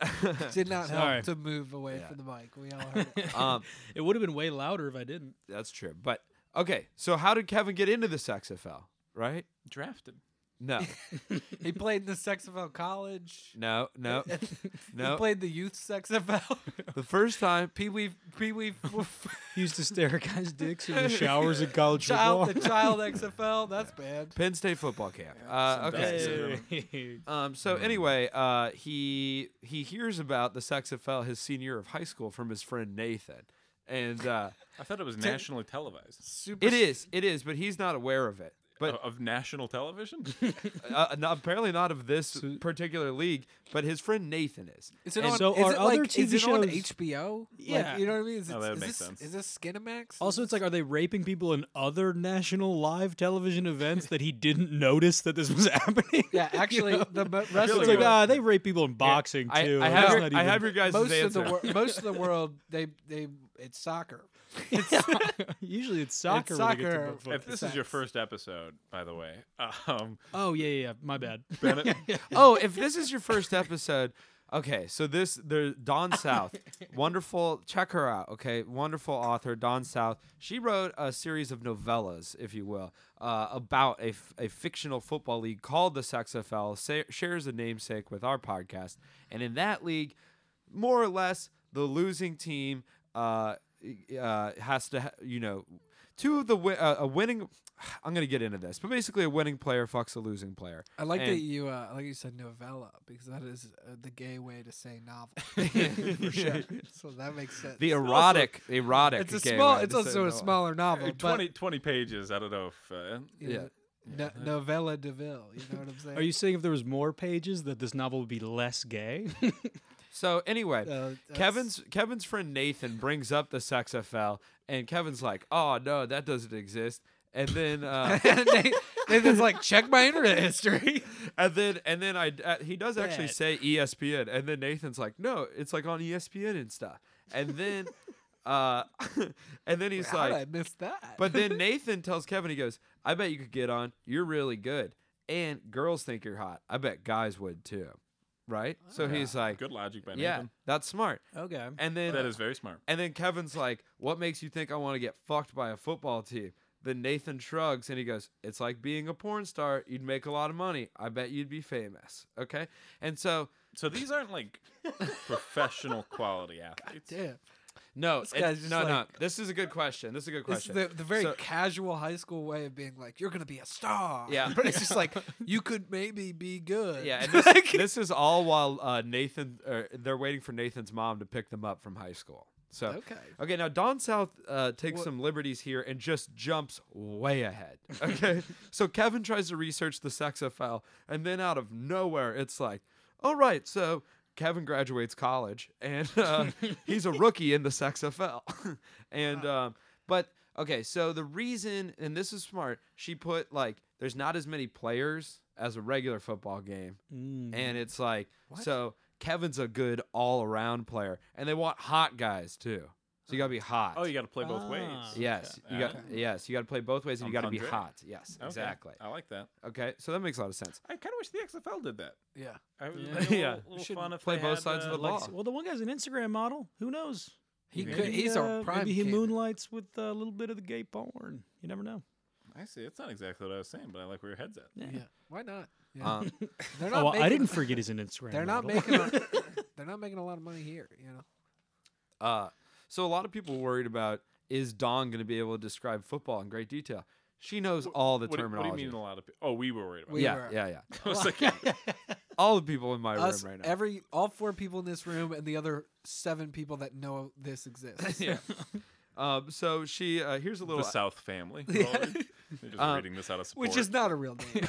Speaker 4: Did not
Speaker 3: Sorry.
Speaker 4: help to move away from the mic. We all heard it.
Speaker 1: [laughs] [laughs] um,
Speaker 3: It would have been way louder if I didn't.
Speaker 1: that's true. But okay, so how did Kevin get into the XFL? Right?
Speaker 2: Drafted.
Speaker 1: No,
Speaker 4: He played in the Sexafel College.
Speaker 1: no, no,
Speaker 4: [laughs] He
Speaker 1: no.
Speaker 4: played the youth Sexafel.
Speaker 1: The first time,
Speaker 4: Pee Wee, Pee [laughs] Wee,
Speaker 3: He used to stare at guys' dicks [laughs] in the showers at college
Speaker 4: child, the
Speaker 3: football.
Speaker 4: child XFL. [laughs] That's bad.
Speaker 1: Penn State football camp. Uh, okay. so-
Speaker 3: [laughs] Hey.
Speaker 1: Um, so anyway, uh, he he hears about the XFL his senior year of high school from his friend Nathan, and uh,
Speaker 2: I thought it was nationally televised.
Speaker 4: Super.
Speaker 1: it is it is, but he's not aware of it. But
Speaker 2: O- of national television?
Speaker 1: [laughs]
Speaker 3: Oh.
Speaker 1: uh, no, apparently not of this particular league, but his friend Nathan is.
Speaker 4: Is it
Speaker 3: And
Speaker 4: on?
Speaker 3: so
Speaker 4: is
Speaker 3: are
Speaker 4: it
Speaker 3: other
Speaker 4: like, is
Speaker 3: TV
Speaker 4: it on
Speaker 3: shows-
Speaker 4: HBO?
Speaker 3: Yeah.
Speaker 4: Like, you know what I mean? Is,
Speaker 2: Oh,
Speaker 4: it-
Speaker 2: that would
Speaker 4: is
Speaker 2: make
Speaker 4: this,
Speaker 2: sense.
Speaker 4: Is this Skinamax?
Speaker 3: Also, it's like, are they raping people in other national live television events that he didn't notice that this was [laughs] happening?
Speaker 4: [laughs] yeah. Actually, the mo- rest
Speaker 3: It's
Speaker 4: of
Speaker 3: like,
Speaker 4: the
Speaker 3: ah, they rape people in boxing
Speaker 1: I,
Speaker 3: too.
Speaker 1: I
Speaker 3: That's
Speaker 1: have your,
Speaker 3: not
Speaker 1: I
Speaker 3: even-
Speaker 1: have your guys'
Speaker 4: most of
Speaker 1: answer.
Speaker 4: the wor- most of the world they they it's soccer.
Speaker 3: [laughs] Usually it's soccer.
Speaker 4: It's
Speaker 3: when they get to
Speaker 4: soccer.
Speaker 3: butt
Speaker 2: if
Speaker 3: fucking.
Speaker 2: this is your first episode, by the way, um,
Speaker 3: Oh yeah, yeah, yeah. My bad.
Speaker 1: [laughs]
Speaker 2: Bennett,
Speaker 3: [laughs]
Speaker 1: oh, if this is your first episode, okay. So this there Dawn South, wonderful. Check her out, okay? Wonderful author Dawn South. She wrote a series of novellas, if you will, uh, about a, f- a fictional football league called the XFL. Sa- shares a namesake with our podcast, and in that league, more or less, the losing team uh, uh, has to, ha- you know. Two of the wi- uh, a winning, [sighs] I'm gonna get into this, but basically a winning player fucks a losing player.
Speaker 4: I like
Speaker 1: And-
Speaker 4: that you uh, I like you said novella because that is uh, the gay way to say novel. [laughs] So that makes sense.
Speaker 1: The erotic, erotic.
Speaker 4: it's a
Speaker 1: gay
Speaker 4: small.
Speaker 1: way
Speaker 4: It's
Speaker 1: to say
Speaker 4: also a
Speaker 1: no.
Speaker 4: smaller novel. but
Speaker 2: 20, 20 pages. I don't know if. Uh,
Speaker 4: you know, no- novella Deville. You know what I'm saying? [laughs]
Speaker 3: Are you saying if there was more pages that this novel would be
Speaker 1: [laughs]
Speaker 3: less gay?
Speaker 1: So anyway,
Speaker 4: that's-
Speaker 1: Kevin's Kevin's friend Nathan brings up the XFL, and Kevin's like, "Oh no, that doesn't exist." And then,
Speaker 4: [laughs]
Speaker 1: uh,
Speaker 4: Nathan- Nathan's like, check my internet history.
Speaker 1: [laughs] and then, and then I uh, he does actually
Speaker 3: Bet.
Speaker 1: say E ESPN, and then Nathan's like, "No, it's like on E ESPN and stuff." And then, uh, [laughs] and then he's
Speaker 4: How
Speaker 1: like,
Speaker 4: did I miss that?
Speaker 1: But then Nathan tells Kevin, he goes, I bet you could get on. You're really good. And girls think you're hot. I bet guys would too. Right? So he's like,
Speaker 2: good logic by
Speaker 1: Yeah,
Speaker 2: Nathan.
Speaker 1: that's smart.
Speaker 3: okay.
Speaker 1: And then
Speaker 2: That is very smart.
Speaker 1: and then Kevin's like, What makes you think I want to get fucked by a football team? Then Nathan shrugs and he goes, It's like being a porn star. You'd make a lot of money. I bet you'd be famous. Okay. And so
Speaker 2: So these
Speaker 1: [laughs]
Speaker 2: aren't like professional quality athletes.
Speaker 4: Damn.
Speaker 1: no, it-
Speaker 4: guy's just
Speaker 1: no, no.
Speaker 4: like-
Speaker 1: This is a good question. This is a good
Speaker 4: It's
Speaker 1: question.
Speaker 4: the, the very
Speaker 1: So-
Speaker 4: casual high school way of being like, you're going to be a star.
Speaker 1: Yeah.
Speaker 4: [laughs] But
Speaker 1: [laughs]
Speaker 4: it's just like, you could maybe be good. [laughs]
Speaker 1: Yeah, and this, this is all while uh, Nathan, or they're waiting for Nathan's mom to pick them up from high school. So
Speaker 4: Okay.
Speaker 1: okay. Now Don South uh, takes
Speaker 4: What-
Speaker 1: some liberties here and just jumps way ahead. Okay, [laughs] so Kevin tries to research the XFL, and then out of nowhere, it's like, all right, so. Kevin graduates college, and uh, he's a rookie in the XFL. [laughs] and um, but okay, so the reason, and this is smart, she put like there's not as many players as a regular football game, and it's like so Kevin's a good all around player, and they want hot guys too. So you gotta be hot.
Speaker 2: Oh, you got to play both ways.
Speaker 3: Ah.
Speaker 1: yes, you got yes, you gotta play both ways, and you gotta be
Speaker 2: Entendre.
Speaker 1: hot. Yes,
Speaker 2: Okay. Oh.
Speaker 1: exactly.
Speaker 2: I like that.
Speaker 1: Okay, so that makes a lot of
Speaker 2: [laughs]
Speaker 1: sense.
Speaker 2: I kind of wish the XFL did that.
Speaker 4: Yeah.
Speaker 2: I would
Speaker 3: Yeah.
Speaker 2: like a
Speaker 1: Yeah.
Speaker 2: little- little
Speaker 4: should
Speaker 2: fun if
Speaker 1: play
Speaker 2: they
Speaker 1: both
Speaker 2: had,
Speaker 1: sides of
Speaker 2: uh,
Speaker 1: the ball.
Speaker 3: well, the one guy's an Instagram model. Who knows?
Speaker 4: He
Speaker 2: Maybe.
Speaker 4: could, he's
Speaker 3: uh,
Speaker 4: a prime
Speaker 3: Maybe he
Speaker 4: candidate.
Speaker 3: moonlights with a little bit of the gay porn. You never know.
Speaker 2: I see. It's not exactly what I was saying, but I like where your head's at.
Speaker 3: Yeah.
Speaker 4: Yeah. Why not? Yeah.
Speaker 1: Um,
Speaker 3: Oh,
Speaker 4: they're not
Speaker 3: well,
Speaker 4: making,
Speaker 3: I
Speaker 4: [laughs]
Speaker 3: didn't forget he's an Instagram.
Speaker 4: They're not
Speaker 3: model.
Speaker 4: making. A,
Speaker 3: [laughs]
Speaker 4: they're not making a lot of money here. You know.
Speaker 1: Uh, so a lot of people worried about is Don going to be able to describe football in great detail? She knows all the
Speaker 2: What do, you- what do
Speaker 1: terminology.
Speaker 2: you mean a lot of people? Oh, we were worried about
Speaker 4: We-
Speaker 2: that.
Speaker 1: yeah,
Speaker 4: were-
Speaker 1: yeah, yeah.
Speaker 2: [laughs]
Speaker 1: [laughs]
Speaker 2: I was like,
Speaker 1: All the people in my
Speaker 4: Us,
Speaker 1: room right now.
Speaker 4: every all four people in this room and the other seven people that know this
Speaker 1: [laughs]
Speaker 4: exists.
Speaker 1: yeah. Um, so she uh, here's a
Speaker 2: The
Speaker 1: little.
Speaker 2: South family. They're
Speaker 1: [laughs]
Speaker 2: just
Speaker 1: Um,
Speaker 2: reading this out of support.
Speaker 4: [laughs] which is not a real name.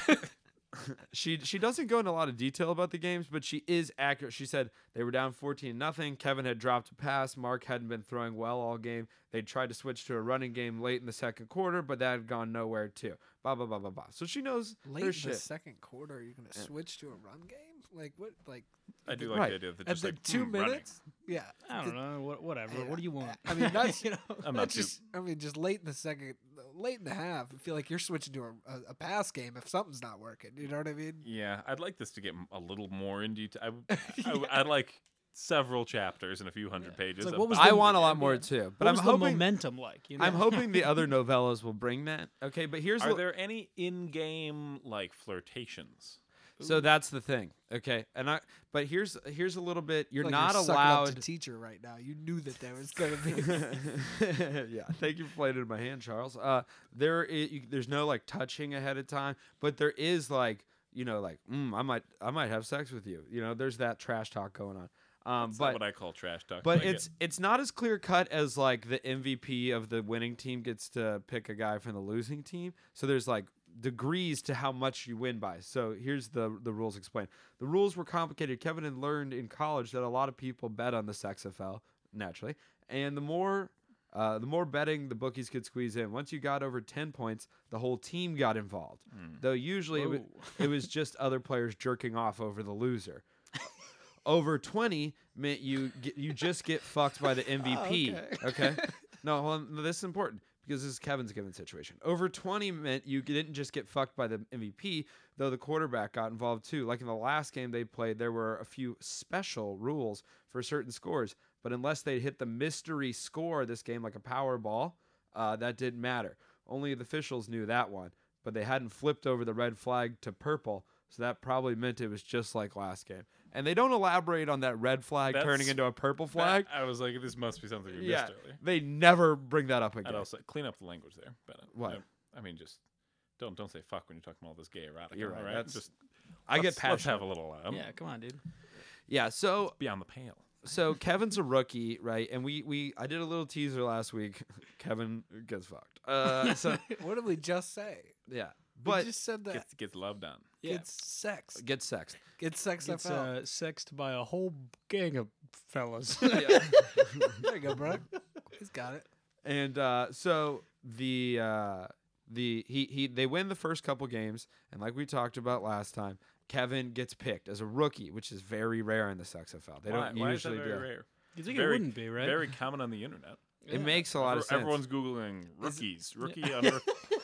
Speaker 1: She she doesn't go into a lot of detail about the games, but she is accurate. She said they were down 14 nothing. Kevin had dropped a pass. Mark hadn't been throwing well all game. They tried to switch to a running game late in the second quarter, but that had gone nowhere too. Blah blah blah blah blah. So she knows
Speaker 4: Late
Speaker 1: her
Speaker 4: in
Speaker 1: shit.
Speaker 4: the second quarter, are you going to switch to a run game? Like what? Like
Speaker 2: I do like
Speaker 1: Right.
Speaker 2: the idea that
Speaker 4: at
Speaker 2: just
Speaker 4: the
Speaker 2: like
Speaker 4: two
Speaker 2: hmm, running.
Speaker 4: minutes? Yeah.
Speaker 3: I
Speaker 4: The-
Speaker 3: don't know. What, whatever. What do you want?
Speaker 4: I mean,
Speaker 3: [laughs]
Speaker 4: that's
Speaker 3: you know.
Speaker 2: I'm not
Speaker 4: That's
Speaker 2: too.
Speaker 4: just, I mean, just late in the second, late in the half. I feel like you're switching to a, a, a pass game if something's not working. You know what I mean?
Speaker 2: Yeah, I'd like this to get m- a little more in
Speaker 1: [laughs]
Speaker 2: detail. I, w- I w- I'd like several chapters and a few hundred pages.
Speaker 3: like,
Speaker 2: of
Speaker 3: what was
Speaker 2: that.
Speaker 1: I
Speaker 3: the-
Speaker 1: want a lot
Speaker 3: yeah.
Speaker 1: more too, but
Speaker 3: what
Speaker 1: I'm
Speaker 3: was the
Speaker 1: hoping
Speaker 3: momentum like? You know?
Speaker 1: I'm hoping the other novellas will bring that. Okay, but here's
Speaker 2: Are
Speaker 1: the-
Speaker 2: there any in-game like flirtations?
Speaker 1: so that's the thing. Okay, and I but here's here's a little bit. You're
Speaker 4: Like
Speaker 1: not
Speaker 4: sucking Up
Speaker 1: allowed
Speaker 4: to teacher right now. You knew that there was going to be.
Speaker 1: [laughs] yeah, thank you for playing it in my hand, Charles. Uh, there, i you, there's no like touching ahead of time, but there is like you know, like mm, I might, I might have sex with you. You know, there's that trash talk going on. Um,
Speaker 2: That's not
Speaker 1: but
Speaker 2: what I call trash talk.
Speaker 1: but
Speaker 2: I get-
Speaker 1: it's it's not as clear cut as like the MVP of the winning team gets to pick a guy from the losing team. So there's like degrees to how much you win by. So here's the the rules explained. The rules were complicated. Kevin had learned in college that a lot of people bet on the XFL naturally, and the more uh, the more betting the bookies could squeeze in. Once you got over 10 points, the whole team got involved. Though usually it, wa- it was just other players jerking off over the loser over 20 meant you get, you just get fucked by the MVP. okay. No, hold on. No, this is important because this is Kevin's given situation. Over 20 meant you didn't just get fucked by the MVP, though the quarterback got involved too. Like in the last game they played, there were a few special rules for certain scores, but unless they hit the mystery score this game, like a power ball, uh, that didn't matter. Only the officials knew that one, but they hadn't flipped over the red flag to purple, so that probably meant it was just like last game. And they don't elaborate on that red flag
Speaker 2: That's-
Speaker 1: turning into a purple
Speaker 2: That-
Speaker 1: flag.
Speaker 2: I was like, this must be something we
Speaker 1: yeah,
Speaker 2: missed earlier.
Speaker 1: they never bring that up
Speaker 2: I'd
Speaker 1: again.
Speaker 2: also clean up the language there. But uh,
Speaker 1: Why?
Speaker 2: I, I mean, just don't don't say fuck when you're talking about all this gay erotic.
Speaker 1: You're
Speaker 2: all
Speaker 1: right,
Speaker 2: right?
Speaker 1: that's-
Speaker 2: just
Speaker 1: I get
Speaker 2: let's- Let's
Speaker 1: passionate.
Speaker 2: have a little. Um,
Speaker 3: [laughs] Yeah, come on, dude.
Speaker 1: Yeah, so
Speaker 2: Beyond the pale.
Speaker 1: so Kevin's a rookie, right? And we we I did a little teaser last week. [laughs] Kevin gets fucked. Uh,
Speaker 2: [laughs]
Speaker 1: so
Speaker 4: what did we just say?
Speaker 1: yeah,
Speaker 4: we
Speaker 1: but
Speaker 4: just said that
Speaker 2: Gets gets loved on.
Speaker 3: Yeah.
Speaker 4: it's sex.
Speaker 1: gets sex.
Speaker 2: [laughs]
Speaker 4: It's sex
Speaker 3: It's
Speaker 4: FL.
Speaker 3: uh, sexed by a whole gang of fellas. [laughs]
Speaker 4: there you
Speaker 1: [laughs]
Speaker 4: go, bro. He's got it.
Speaker 1: And uh, so the uh, the he he they win the first couple games, and like we talked about last time, Kevin gets picked as a rookie, which is very rare in the XFL. They
Speaker 2: Why,
Speaker 1: don't
Speaker 2: why is that
Speaker 1: usually
Speaker 2: very
Speaker 1: do. that.
Speaker 2: rare?
Speaker 3: you think it
Speaker 2: Very-
Speaker 3: wouldn't be, right?
Speaker 2: Very common on the internet.
Speaker 1: It makes a lot of
Speaker 2: Ever-
Speaker 1: sense.
Speaker 2: Everyone's googling rookies, rookie
Speaker 3: [laughs]
Speaker 2: on rook-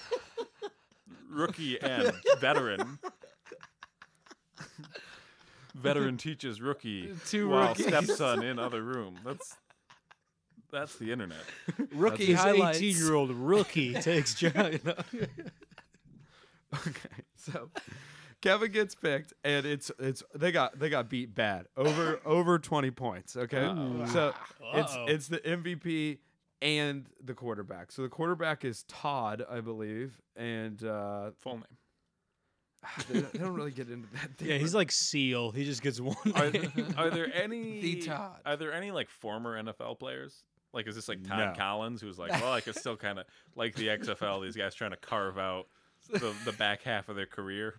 Speaker 2: rookie and veteran. veteran teaches rookie
Speaker 4: Two
Speaker 2: while
Speaker 4: rookies.
Speaker 2: stepson in other room. That's that's the internet.
Speaker 4: Rookie
Speaker 3: This
Speaker 4: highlights.
Speaker 3: 18 year old rookie takes job.
Speaker 1: [laughs] Okay, so Kevin gets picked, and it's it's they got they got beat bad over [laughs] over twenty points. Okay,
Speaker 3: Oh,
Speaker 1: so it's
Speaker 3: Uh-oh.
Speaker 1: it's the MVP and the quarterback. So the quarterback is Todd, I believe, and uh, [sighs]
Speaker 2: Full name.
Speaker 1: they, don't- they don't really get into that.
Speaker 3: Yeah, he's like Seal. He just gets one.
Speaker 2: Are, th-
Speaker 4: [laughs]
Speaker 2: are there any
Speaker 4: The Todd.
Speaker 2: Are there any like former NFL players? Like is this like
Speaker 1: No.
Speaker 2: Todd Collins who's like, well, I could
Speaker 4: [laughs]
Speaker 2: still kind of like the XFL. These guys trying to carve out the, the back half of their career.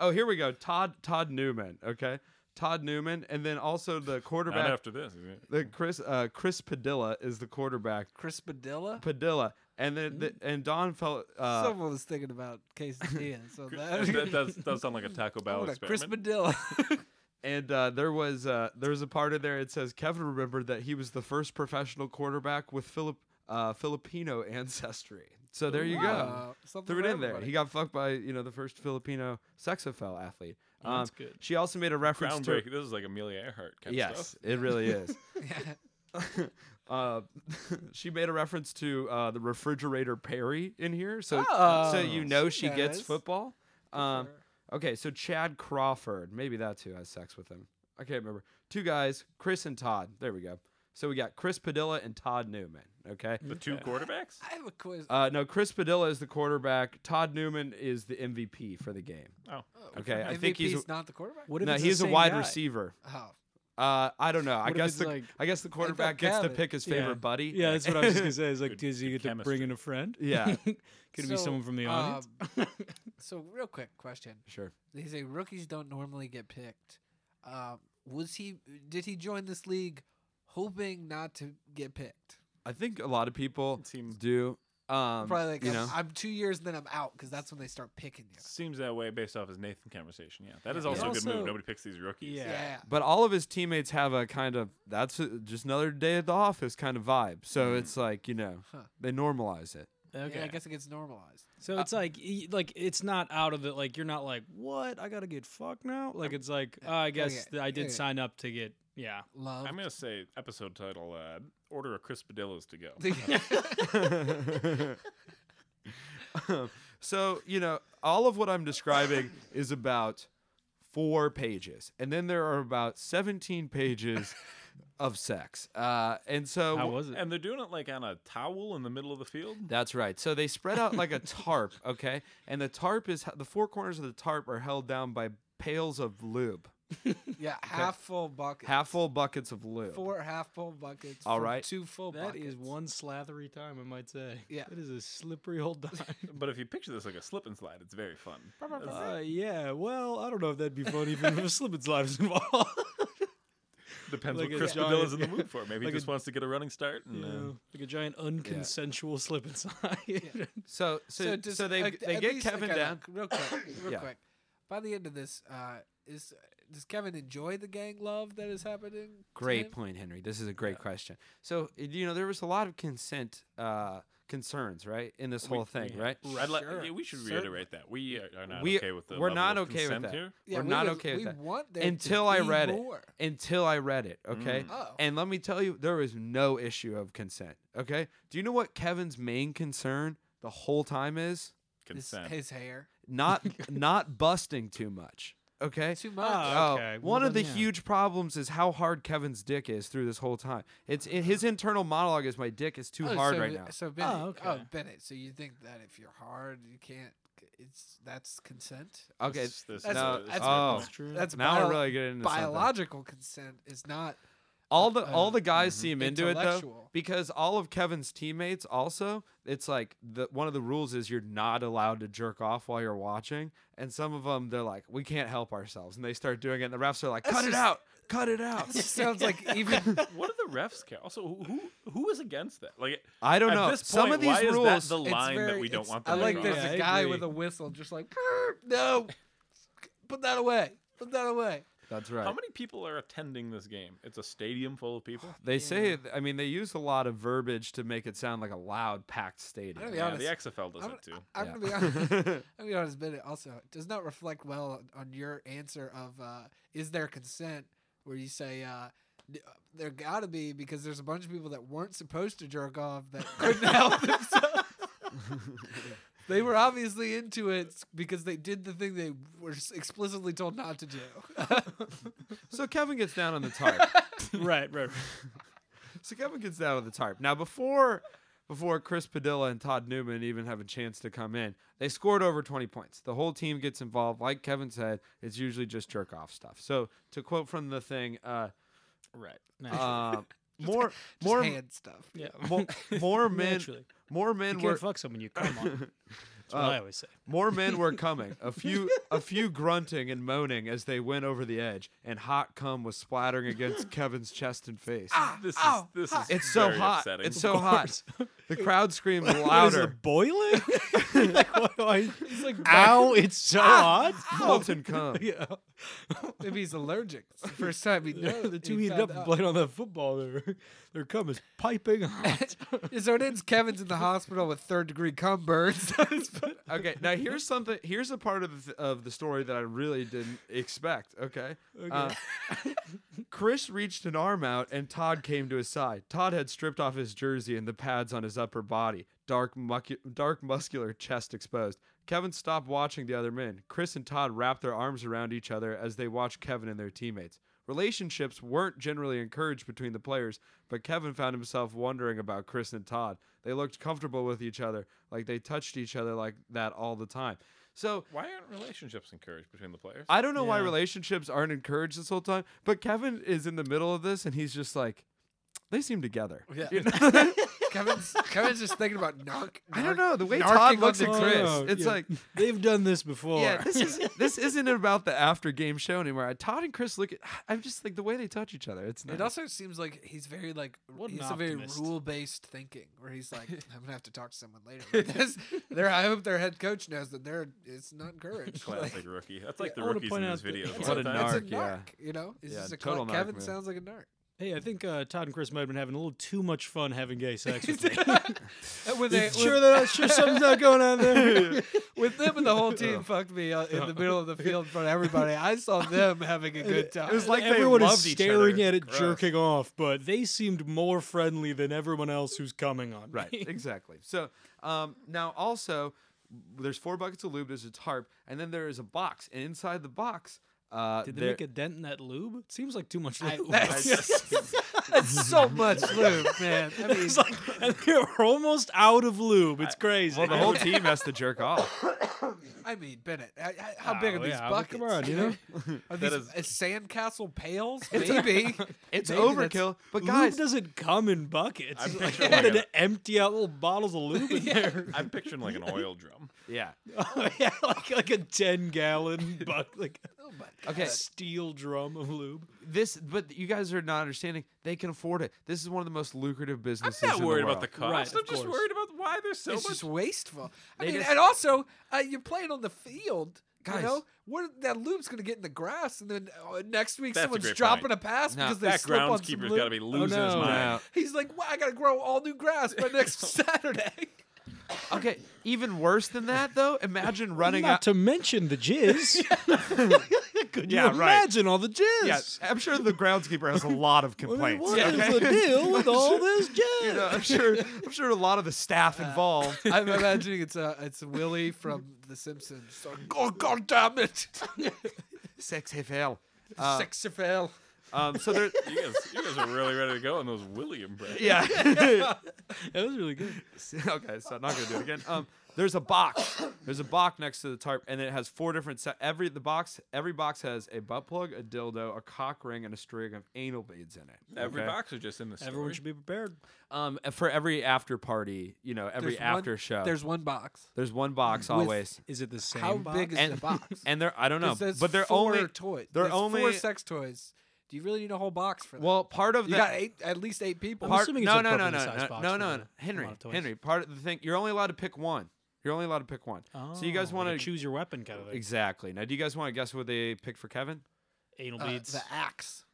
Speaker 1: Oh, here we go. Todd Todd Newman. Okay, Todd Newman, and then also the
Speaker 2: [laughs] Not
Speaker 1: quarterback.
Speaker 2: after this. is it?
Speaker 1: The Chris uh, Chris Padilla is the quarterback.
Speaker 4: Chris Padilla.
Speaker 1: Padilla, and then the, and Don felt uh,
Speaker 4: Someone was thinking about
Speaker 1: [laughs]
Speaker 4: Casey Diaz. So that, [laughs]
Speaker 2: that does, does sound like a Taco Bell
Speaker 4: What a Chris
Speaker 2: experiment.
Speaker 4: Padilla.
Speaker 1: and uh, there was uh, there was a part in there. It says Kevin remembered that he was the first professional quarterback with Philip uh, Filipino ancestry. So there you go.
Speaker 4: Wow, something
Speaker 1: Threw it
Speaker 4: for
Speaker 1: in there.
Speaker 4: everybody.
Speaker 1: He got fucked by you know the first Filipino sexophile athlete. Um,
Speaker 3: that's good.
Speaker 1: She also made a reference to
Speaker 2: Groundbreaking. This is like Amelia Earhart kind
Speaker 1: yes,
Speaker 2: of stuff.
Speaker 1: it really is.
Speaker 4: [laughs]
Speaker 1: uh, [laughs] she made a reference to uh, the refrigerator Perry in here, so
Speaker 3: Oh,
Speaker 1: so you know she gets
Speaker 4: does.
Speaker 1: football. Um, okay, so Chad Crawford, maybe that's who has sex with him. I can't remember. Two guys, Chris and Todd. There we go. So we got Chris Padilla and Todd Newman. Okay.
Speaker 3: Mm.
Speaker 2: The two quarterbacks?
Speaker 4: I have a quiz.
Speaker 1: Uh, no, Chris Padilla is the quarterback. Todd Newman is the MVP for the game.
Speaker 2: Oh.
Speaker 1: Okay, I
Speaker 4: MVP's
Speaker 1: think he's
Speaker 4: not the quarterback.
Speaker 3: [laughs] What if
Speaker 1: no,
Speaker 3: it's
Speaker 1: he's
Speaker 3: the
Speaker 1: a
Speaker 3: same
Speaker 1: wide
Speaker 3: guy?
Speaker 1: receiver.
Speaker 4: Oh,
Speaker 1: Uh, I don't know. I
Speaker 4: What if
Speaker 1: guess
Speaker 4: it's
Speaker 1: the
Speaker 4: like-
Speaker 1: I guess the quarterback gets to
Speaker 4: Cavett?
Speaker 1: pick his
Speaker 3: Yeah.
Speaker 1: favorite buddy.
Speaker 3: Yeah, that's what I was
Speaker 1: [laughs]
Speaker 3: just gonna say. It's like,
Speaker 2: Good-
Speaker 3: does he
Speaker 2: good
Speaker 3: get to bring
Speaker 2: chemistry.
Speaker 3: in a friend?
Speaker 1: Yeah.
Speaker 3: [laughs] Could it be someone from the audience?
Speaker 4: um, [laughs] so, real quick question:
Speaker 1: sure.
Speaker 4: They say rookies don't normally get picked. Um, was he? Did he join this league hoping not to get picked?
Speaker 1: I think a lot of people
Speaker 2: Seems-
Speaker 1: do. Um,
Speaker 4: Probably like
Speaker 1: you
Speaker 4: I'm,
Speaker 1: know.
Speaker 4: I'm two years, then I'm out because that's when they start picking you.
Speaker 2: Seems that way based off his Nathan conversation. Yeah, that is
Speaker 4: Yeah.
Speaker 2: also a good
Speaker 3: Also-
Speaker 2: move. Nobody picks these rookies.
Speaker 3: Yeah.
Speaker 4: Yeah.
Speaker 1: but all of his teammates have a kind of that's a, just another day at the office kind of vibe. So it's like you know
Speaker 4: Huh.
Speaker 1: they normalize
Speaker 4: [laughs]
Speaker 1: it.
Speaker 4: Yeah, I guess it gets normalized.
Speaker 3: So it's like, y- like it's not out of it. Like you're not like, what? I gotta get fucked now. Like it's like, uh, I guess
Speaker 4: get-
Speaker 3: th- I did
Speaker 4: yeah.
Speaker 3: sign up to get. Yeah.
Speaker 4: Love.
Speaker 2: I'm gonna say episode title: uh, Order a Crispadillos to go.
Speaker 1: Um, so you know all of what i'm describing is about four pages and then there are about 17
Speaker 4: [laughs]
Speaker 1: pages of sex uh, and so
Speaker 3: How was it?
Speaker 2: and they're doing it like on a towel in the middle of the field.
Speaker 1: that's right so they spread out like a tarp okay and the tarp is the four corners of the tarp are held down by pails of lube
Speaker 4: [laughs]
Speaker 1: [laughs]
Speaker 4: yeah, half full bucket.
Speaker 1: half full buckets of lube
Speaker 4: four half full buckets.
Speaker 1: All
Speaker 4: for
Speaker 1: right.
Speaker 4: Two full
Speaker 3: That
Speaker 4: buckets.
Speaker 3: is one slathery time, I might say.
Speaker 4: Yeah.
Speaker 3: That is a slippery old time.
Speaker 2: But if you picture this like a slip and slide, it's very fun.
Speaker 3: [laughs] uh, yeah. Well, I don't know if that'd be fun even [laughs] if a slip and slide was involved.
Speaker 2: Depends
Speaker 3: Like
Speaker 2: what
Speaker 3: a
Speaker 2: Crispadillo's
Speaker 3: giant-
Speaker 2: in the mood for. Maybe he
Speaker 3: like a-
Speaker 2: just wants to get a running start. And,
Speaker 3: [laughs] You
Speaker 2: uh,
Speaker 3: know, like a giant unconsensual slip and slide. [laughs]
Speaker 1: so so so,
Speaker 4: does-
Speaker 1: they
Speaker 4: at-
Speaker 1: they
Speaker 4: at
Speaker 1: get
Speaker 4: least-
Speaker 1: kevin
Speaker 4: okay,
Speaker 1: down
Speaker 4: look, real quick.
Speaker 1: [coughs]
Speaker 4: Real
Speaker 1: Yeah.
Speaker 4: quick. By the end of this, uh, is does Kevin enjoy the gang love that is happening? to
Speaker 1: Great
Speaker 4: him?
Speaker 1: point, Henry. This is a great question. So i- you know there was a lot of consent uh, concerns, right, in this whole thing, right?
Speaker 2: I'd li-
Speaker 4: Sure.
Speaker 2: yeah, we should
Speaker 4: Certainly.
Speaker 2: reiterate that we are are not
Speaker 1: We
Speaker 2: okay with the
Speaker 1: we're
Speaker 2: level
Speaker 1: not
Speaker 2: of
Speaker 1: okay with
Speaker 2: consent
Speaker 1: that.
Speaker 2: here.
Speaker 4: Yeah,
Speaker 1: we're
Speaker 4: we
Speaker 1: not
Speaker 4: was-
Speaker 1: okay with
Speaker 4: we
Speaker 1: that
Speaker 4: want there to
Speaker 1: until I
Speaker 4: be
Speaker 1: read
Speaker 4: more.
Speaker 1: it. Until I read it, okay.
Speaker 4: Oh.
Speaker 1: And let me tell you, there was no issue of consent, okay. Do you know what Kevin's main concern the whole time is?
Speaker 4: This-
Speaker 2: Consent.
Speaker 4: his hair.
Speaker 1: Not not busting too much, okay.
Speaker 4: Too much.
Speaker 3: Ah, okay.
Speaker 1: Oh,
Speaker 3: Well,
Speaker 1: one of the
Speaker 3: then, yeah.
Speaker 1: huge problems is how hard Kevin's dick is through this whole time. It's his internal monologue is my dick is too
Speaker 4: Oh,
Speaker 1: hard
Speaker 4: so,
Speaker 1: right now.
Speaker 4: So Bennett, oh,
Speaker 3: okay.
Speaker 4: Bennett. So you think that if you're hard, you can't? It's that's consent.
Speaker 1: Okay,
Speaker 2: This- this
Speaker 4: That's,
Speaker 2: is
Speaker 1: no,
Speaker 2: a- this is a
Speaker 4: uh,
Speaker 1: oh.
Speaker 2: point.
Speaker 3: true.
Speaker 4: That's
Speaker 1: now
Speaker 4: bio-
Speaker 1: we're really getting into something.
Speaker 4: biological consent
Speaker 1: [laughs]
Speaker 4: is not.
Speaker 1: All the
Speaker 4: uh,
Speaker 1: all the guys seem into it though,
Speaker 4: intellectual.
Speaker 1: because all of Kevin's teammates also. It's like the one of the rules is you're not allowed to jerk off while you're watching, and some of them they're like, we can't help ourselves, and they start doing it, and the refs are like, cut it
Speaker 4: just-
Speaker 1: out, cut it out.
Speaker 4: It sounds like
Speaker 1: [laughs]
Speaker 4: even
Speaker 2: What do the refs care? Also, who- who who is against that? Like,
Speaker 1: I don't
Speaker 2: at
Speaker 1: know.
Speaker 2: This point,
Speaker 1: Some of these
Speaker 2: why
Speaker 1: rules-
Speaker 2: is that the
Speaker 4: It's
Speaker 2: line that
Speaker 4: very-
Speaker 2: we don't
Speaker 4: it's-
Speaker 2: want.
Speaker 4: I
Speaker 2: Them
Speaker 4: like
Speaker 2: to
Speaker 4: there's
Speaker 3: Yeah,
Speaker 4: a
Speaker 3: I
Speaker 4: guy with
Speaker 3: agree.
Speaker 4: a whistle just like no, put that away, put that away.
Speaker 1: [laughs] That's right.
Speaker 2: How many people are attending this game? It's a stadium full of people.
Speaker 1: they say, I mean, they use a lot of verbiage to make it sound like a loud, packed stadium.
Speaker 4: I'm gonna be
Speaker 2: Yeah,
Speaker 4: honest.
Speaker 2: the XFL does
Speaker 4: I'm,
Speaker 2: it
Speaker 4: [laughs]
Speaker 2: too.
Speaker 4: I'm
Speaker 1: Yeah.
Speaker 4: gonna be honest. I'm gonna be honest, but it also does not reflect well on, on your answer of uh, is there consent where you say uh, d- uh, there gotta be because there's a bunch of people that weren't supposed to jerk off that couldn't help themselves. [laughs] they were obviously into it because they did the thing they were s- explicitly told not to do.
Speaker 1: [laughs]
Speaker 4: [laughs]
Speaker 1: So Kevin gets down on the tarp.
Speaker 3: right, right.
Speaker 1: So Kevin gets down on the tarp. Now before before Chris Padilla and Todd Newman even have a chance to come in, they scored over 20 points. The whole team gets involved. Like Kevin said, it's usually just jerk off stuff. So to quote from the thing, uh,
Speaker 3: Right.
Speaker 1: uh, more
Speaker 4: Just
Speaker 1: more
Speaker 4: hand stuff.
Speaker 3: Yeah.
Speaker 1: more, more men
Speaker 3: Naturally.
Speaker 1: more
Speaker 3: You
Speaker 1: men were Uh,
Speaker 3: can't fuck someone you
Speaker 1: [laughs]
Speaker 3: come on. That's what I always say.
Speaker 1: more men were coming. A few a few grunting and moaning as they went over the edge, and hot cum was splattering against Kevin's chest and face.
Speaker 2: This
Speaker 4: ow,
Speaker 2: is this is
Speaker 1: It's so
Speaker 2: very
Speaker 1: hot.
Speaker 2: upsetting.
Speaker 1: It's [laughs] so hot. The crowd screamed
Speaker 3: What is it,
Speaker 1: [laughs] louder.
Speaker 3: boiling?
Speaker 1: [laughs]
Speaker 3: [laughs] like, why, why- It's like, ow, it's so hot.
Speaker 1: Molten cum.
Speaker 3: ah. Yeah.
Speaker 4: Maybe he's allergic. It's the first time he knows.
Speaker 3: the two heated up and played on that football. Their, their cum is
Speaker 1: [laughs]
Speaker 3: piping [laughs] hot.
Speaker 4: So it ends. Kevin's in the hospital with third degree cum burns. [laughs]
Speaker 1: Okay, now here's something. Here's a part of the, of the story that I really didn't expect. Okay. Uh, Chris reached an arm out, and Todd came to his side. Todd had stripped off his jersey and the pads on his upper body, dark, mucu- dark muscular chest exposed. Kevin stopped watching the other men. Chris and Todd wrapped their arms around each other as they watched Kevin and their teammates. Relationships weren't generally encouraged between the players, but Kevin found himself wondering about Chris and Todd. They looked comfortable with each other, like they touched each other like that all the time. So
Speaker 2: Why aren't relationships encouraged between the players?
Speaker 1: I don't know why
Speaker 3: Yeah.
Speaker 1: relationships aren't encouraged this whole time, but Kevin is in the middle of this and he's just like, they seem together.
Speaker 4: Yeah.
Speaker 1: You [laughs] know?
Speaker 4: Kevin's Kevin's just thinking about knock.
Speaker 1: I
Speaker 4: narc-
Speaker 1: don't know the way
Speaker 4: narking
Speaker 1: Todd
Speaker 4: on
Speaker 1: looks
Speaker 4: the
Speaker 1: at
Speaker 3: Oh,
Speaker 1: Chris.
Speaker 3: no,
Speaker 1: It's
Speaker 3: yeah.
Speaker 1: like,
Speaker 3: [laughs] They've done this before.
Speaker 1: yeah, this is this isn't about the after game show anymore. Todd and Chris look at. I'm just like the way they touch each other. It's nice.
Speaker 4: It also seems like he's very like r-
Speaker 3: What an
Speaker 4: he's a very
Speaker 3: optimist.
Speaker 4: rule based thinking where
Speaker 1: [laughs]
Speaker 4: he's like I'm gonna have to talk to someone [laughs] later. About this. Their I hope their head coach knows that they're it's
Speaker 1: [laughs]
Speaker 4: not encouraged. Like,
Speaker 2: Classic rookie. That's like the
Speaker 3: Yeah, I wanna
Speaker 2: rookies in
Speaker 3: point
Speaker 2: these
Speaker 3: out that-
Speaker 2: videos.
Speaker 1: What
Speaker 2: all the
Speaker 1: a
Speaker 2: time.
Speaker 4: it's a
Speaker 1: narc, yeah.
Speaker 4: narc, you know. He's
Speaker 1: Yeah,
Speaker 4: just a
Speaker 1: total
Speaker 4: total
Speaker 1: narc,
Speaker 4: Kevin
Speaker 1: man.
Speaker 4: sounds like a narc.
Speaker 3: Hey, I think uh, Todd and Chris might have been having a little too much fun having
Speaker 1: [laughs]
Speaker 3: gay sex with me.
Speaker 4: [laughs] with,
Speaker 3: You [laughs]
Speaker 4: a-
Speaker 3: sure,
Speaker 4: with-
Speaker 3: that, sure something's not going
Speaker 1: [laughs]
Speaker 3: on there.
Speaker 4: with them and the whole team fucked me uh, in the middle of the field in front of everybody. I saw them having a good time.
Speaker 1: was like they
Speaker 3: everyone is
Speaker 1: loved each
Speaker 3: staring
Speaker 1: other.
Speaker 3: at it,
Speaker 1: Gross.
Speaker 3: jerking off, but they seemed more friendly than everyone else who's coming on.
Speaker 1: Right,
Speaker 3: me.
Speaker 1: exactly. So um, now also, there's four buckets of lube. There's a tarp, and then there is a box, and inside the box, uh,
Speaker 3: Did they
Speaker 1: there- [laughs]
Speaker 3: make a dent in that lube? It seems like too much lube. [laughs]
Speaker 4: that's
Speaker 1: [laughs]
Speaker 4: so much lube, man. I mean,
Speaker 3: it's like they're almost out of lube. It's crazy.
Speaker 1: well, the whole team has to jerk off.
Speaker 4: [laughs] I mean, Bennett, I, I, how big are
Speaker 3: Oh,
Speaker 4: these
Speaker 3: yeah, well,
Speaker 4: buckets?
Speaker 3: come on, you know?
Speaker 4: [laughs] are
Speaker 2: That
Speaker 4: these
Speaker 2: is-
Speaker 4: uh, sandcastle pails? Maybe. [laughs]
Speaker 1: It's
Speaker 4: Maybe that's-
Speaker 1: overkill, but
Speaker 3: lube
Speaker 1: guys,
Speaker 3: doesn't come in buckets.
Speaker 2: I'm
Speaker 3: It's like
Speaker 2: picturing
Speaker 3: they had
Speaker 2: like
Speaker 3: to empty out little bottles of lube
Speaker 4: [laughs]
Speaker 3: in there. [laughs]
Speaker 2: I'm picturing like an oil drum.
Speaker 1: yeah.
Speaker 3: Oh, yeah, like like a ten gallon buck, like
Speaker 4: Oh my God.
Speaker 1: Okay,
Speaker 3: a steel drum of lube.
Speaker 1: this, but you guys are not understanding. They can afford it. This is one of the most lucrative businesses.
Speaker 2: I'm not
Speaker 1: in the
Speaker 2: worried about the
Speaker 1: world.
Speaker 2: cost.
Speaker 3: Right,
Speaker 2: I'm
Speaker 3: of
Speaker 2: just
Speaker 3: course.
Speaker 2: worried about why there's so
Speaker 4: it's
Speaker 2: much.
Speaker 4: just wasteful. I
Speaker 1: They
Speaker 4: mean,
Speaker 1: just-
Speaker 4: and also uh, you're playing on the field.
Speaker 1: Guys.
Speaker 4: You know what? That lube's gonna get in the grass, and then uh, next week
Speaker 2: That's a
Speaker 4: someone's
Speaker 2: great
Speaker 4: dropping
Speaker 2: point.
Speaker 4: a pass
Speaker 1: No,
Speaker 4: because they
Speaker 2: that
Speaker 4: slip on some
Speaker 2: groundskeeper's
Speaker 4: lube.
Speaker 2: got to be losing his
Speaker 3: no.
Speaker 2: mind.
Speaker 4: He's like, well, I gotta grow all new grass by
Speaker 3: [laughs]
Speaker 4: next Saturday.
Speaker 1: Okay, even worse than that though. Imagine running
Speaker 3: Not
Speaker 1: out.
Speaker 3: to mention the
Speaker 4: [laughs]
Speaker 3: jizz. Could
Speaker 1: Yeah,
Speaker 3: you
Speaker 1: right.
Speaker 3: imagine all the jizz?
Speaker 1: yeah, I'm sure the groundskeeper
Speaker 3: [laughs]
Speaker 1: has a lot of
Speaker 3: I mean,
Speaker 1: complaints.
Speaker 3: what is
Speaker 1: okay?
Speaker 3: the deal
Speaker 4: [laughs]
Speaker 3: with all this jizz?
Speaker 1: You know, I'm sure. I'm sure a lot of the
Speaker 3: [laughs]
Speaker 1: staff involved.
Speaker 4: I'm imagining it's uh, it's Willie from The Simpsons. So, oh God damn it!
Speaker 1: Sexy fail. Uh,
Speaker 4: Sexy fail.
Speaker 1: um, so
Speaker 3: [laughs]
Speaker 1: there,
Speaker 2: You guys, you guys are really ready to go on those William breads.
Speaker 3: [laughs]
Speaker 1: yeah.
Speaker 3: That was really good.
Speaker 1: [laughs] okay, so I'm not gonna do it again. Um, there's a box. There's a box next to the tarp, and it has four different. Se- every the box, every box has a butt plug, a dildo, a cock ring, and a string of anal beads in it.
Speaker 2: Every
Speaker 1: okay?
Speaker 2: boxer just in the story.
Speaker 3: Everyone should be prepared.
Speaker 1: Um, for every after party, you know, every
Speaker 4: There's one-
Speaker 1: after show.
Speaker 4: There's one box.
Speaker 1: there's one box always,
Speaker 3: Is it the same?
Speaker 4: How
Speaker 3: box?
Speaker 4: big is
Speaker 1: and
Speaker 4: the box?
Speaker 1: [laughs] and they're I don't know,
Speaker 4: 'Cause there's
Speaker 1: but they're
Speaker 4: four
Speaker 1: only
Speaker 4: toys.
Speaker 1: they're
Speaker 4: There's four
Speaker 1: only-
Speaker 4: sex toys. Do you really need a whole box for that?
Speaker 1: well part of
Speaker 4: you
Speaker 1: the
Speaker 4: got eight, at least eight people.
Speaker 1: part,
Speaker 3: assuming it's
Speaker 1: no,
Speaker 3: a
Speaker 1: no, no,
Speaker 3: properly
Speaker 1: no,
Speaker 3: sized
Speaker 1: no,
Speaker 3: box
Speaker 1: no,
Speaker 3: with
Speaker 1: no,
Speaker 3: a-
Speaker 1: no,
Speaker 3: a
Speaker 1: Henry,
Speaker 3: lot of toys.
Speaker 1: Henry. Part of the thing, you're only allowed to pick one. You're only allowed to pick one. so you guys
Speaker 3: Oh,
Speaker 1: want
Speaker 3: like a
Speaker 1: to
Speaker 3: choose your weapon kind of thing?
Speaker 1: Exactly. Now, do you guys want to guess what they picked for Kevin?
Speaker 3: Anal
Speaker 4: Uh,
Speaker 3: beads.
Speaker 4: the axe.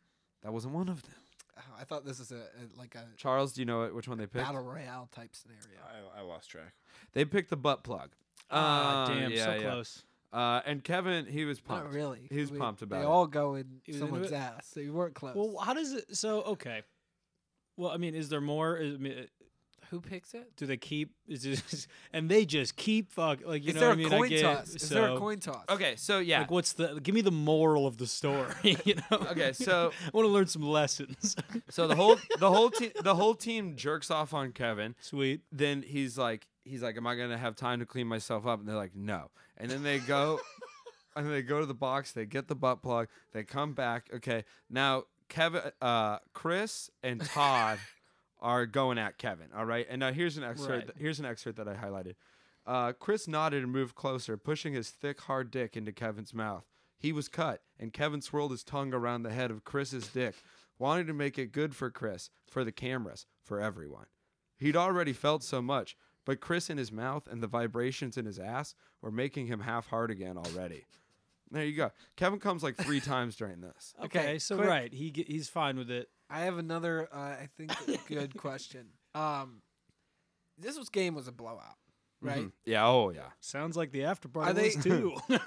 Speaker 1: That wasn't one of them.
Speaker 4: Oh, I thought this was a, a like a
Speaker 1: Charles, do you know it- which one they picked?
Speaker 4: battle royale type scenario.
Speaker 2: I, I lost track.
Speaker 1: They picked the butt plug.
Speaker 3: Ah,
Speaker 1: Uh,
Speaker 3: damn, so
Speaker 1: yeah, yeah.
Speaker 3: close.
Speaker 1: Uh, and Kevin, he was pumped.
Speaker 4: Not really.
Speaker 1: He was
Speaker 4: I mean,
Speaker 1: pumped about
Speaker 4: They
Speaker 1: it.
Speaker 4: all go in
Speaker 3: He was into
Speaker 4: someone's
Speaker 3: it?
Speaker 4: ass, so you weren't close.
Speaker 3: Well, how does it? So okay. Well, I mean, is there more? Is, I mean, uh,
Speaker 4: who picks it?
Speaker 3: do they keep? Is this, [laughs] and they just keep fuck like you
Speaker 4: Is
Speaker 3: know
Speaker 4: there
Speaker 3: what
Speaker 4: a
Speaker 3: I mean? I
Speaker 4: coin
Speaker 3: get,
Speaker 4: toss?
Speaker 3: So,
Speaker 4: Is there a coin toss?
Speaker 1: okay, so yeah.
Speaker 3: Like, what's the? Give me the moral of the story. [laughs] You know.
Speaker 1: Okay, so-
Speaker 3: [laughs] I want to learn some lessons. [laughs]
Speaker 1: so the whole the whole team the whole team jerks off on Kevin.
Speaker 3: Sweet.
Speaker 1: Then he's like he's like, "Am I gonna have time to clean myself up?" And they're like, "No." And then they go, and they go to the box. They get the butt plug. They come back. Okay, now Kevin, uh, Chris, and Todd are going at Kevin. All right, and now here's an excerpt.
Speaker 3: Right.
Speaker 1: th- here's an excerpt that I highlighted. Uh, Chris nodded and moved closer, pushing his thick, hard dick into Kevin's mouth. He was cut, and Kevin swirled his tongue around the head of Chris's dick, wanting to make it good for Chris, for the cameras, for everyone. He'd already felt so much, but Chris in his mouth and the vibrations in his ass were making him half hard again already. There you go. Kevin comes like
Speaker 4: [laughs]
Speaker 1: three times during this.
Speaker 3: Okay.
Speaker 4: Okay,
Speaker 3: so
Speaker 4: quick.
Speaker 3: right, he ge- he's fine with it.
Speaker 4: I have another, uh, I think, good question. Um, this was game was a blowout, right?
Speaker 1: Yeah. Oh, yeah.
Speaker 3: Sounds like the after
Speaker 4: Are
Speaker 3: party
Speaker 4: they-
Speaker 3: was
Speaker 4: [laughs]
Speaker 3: too. [laughs]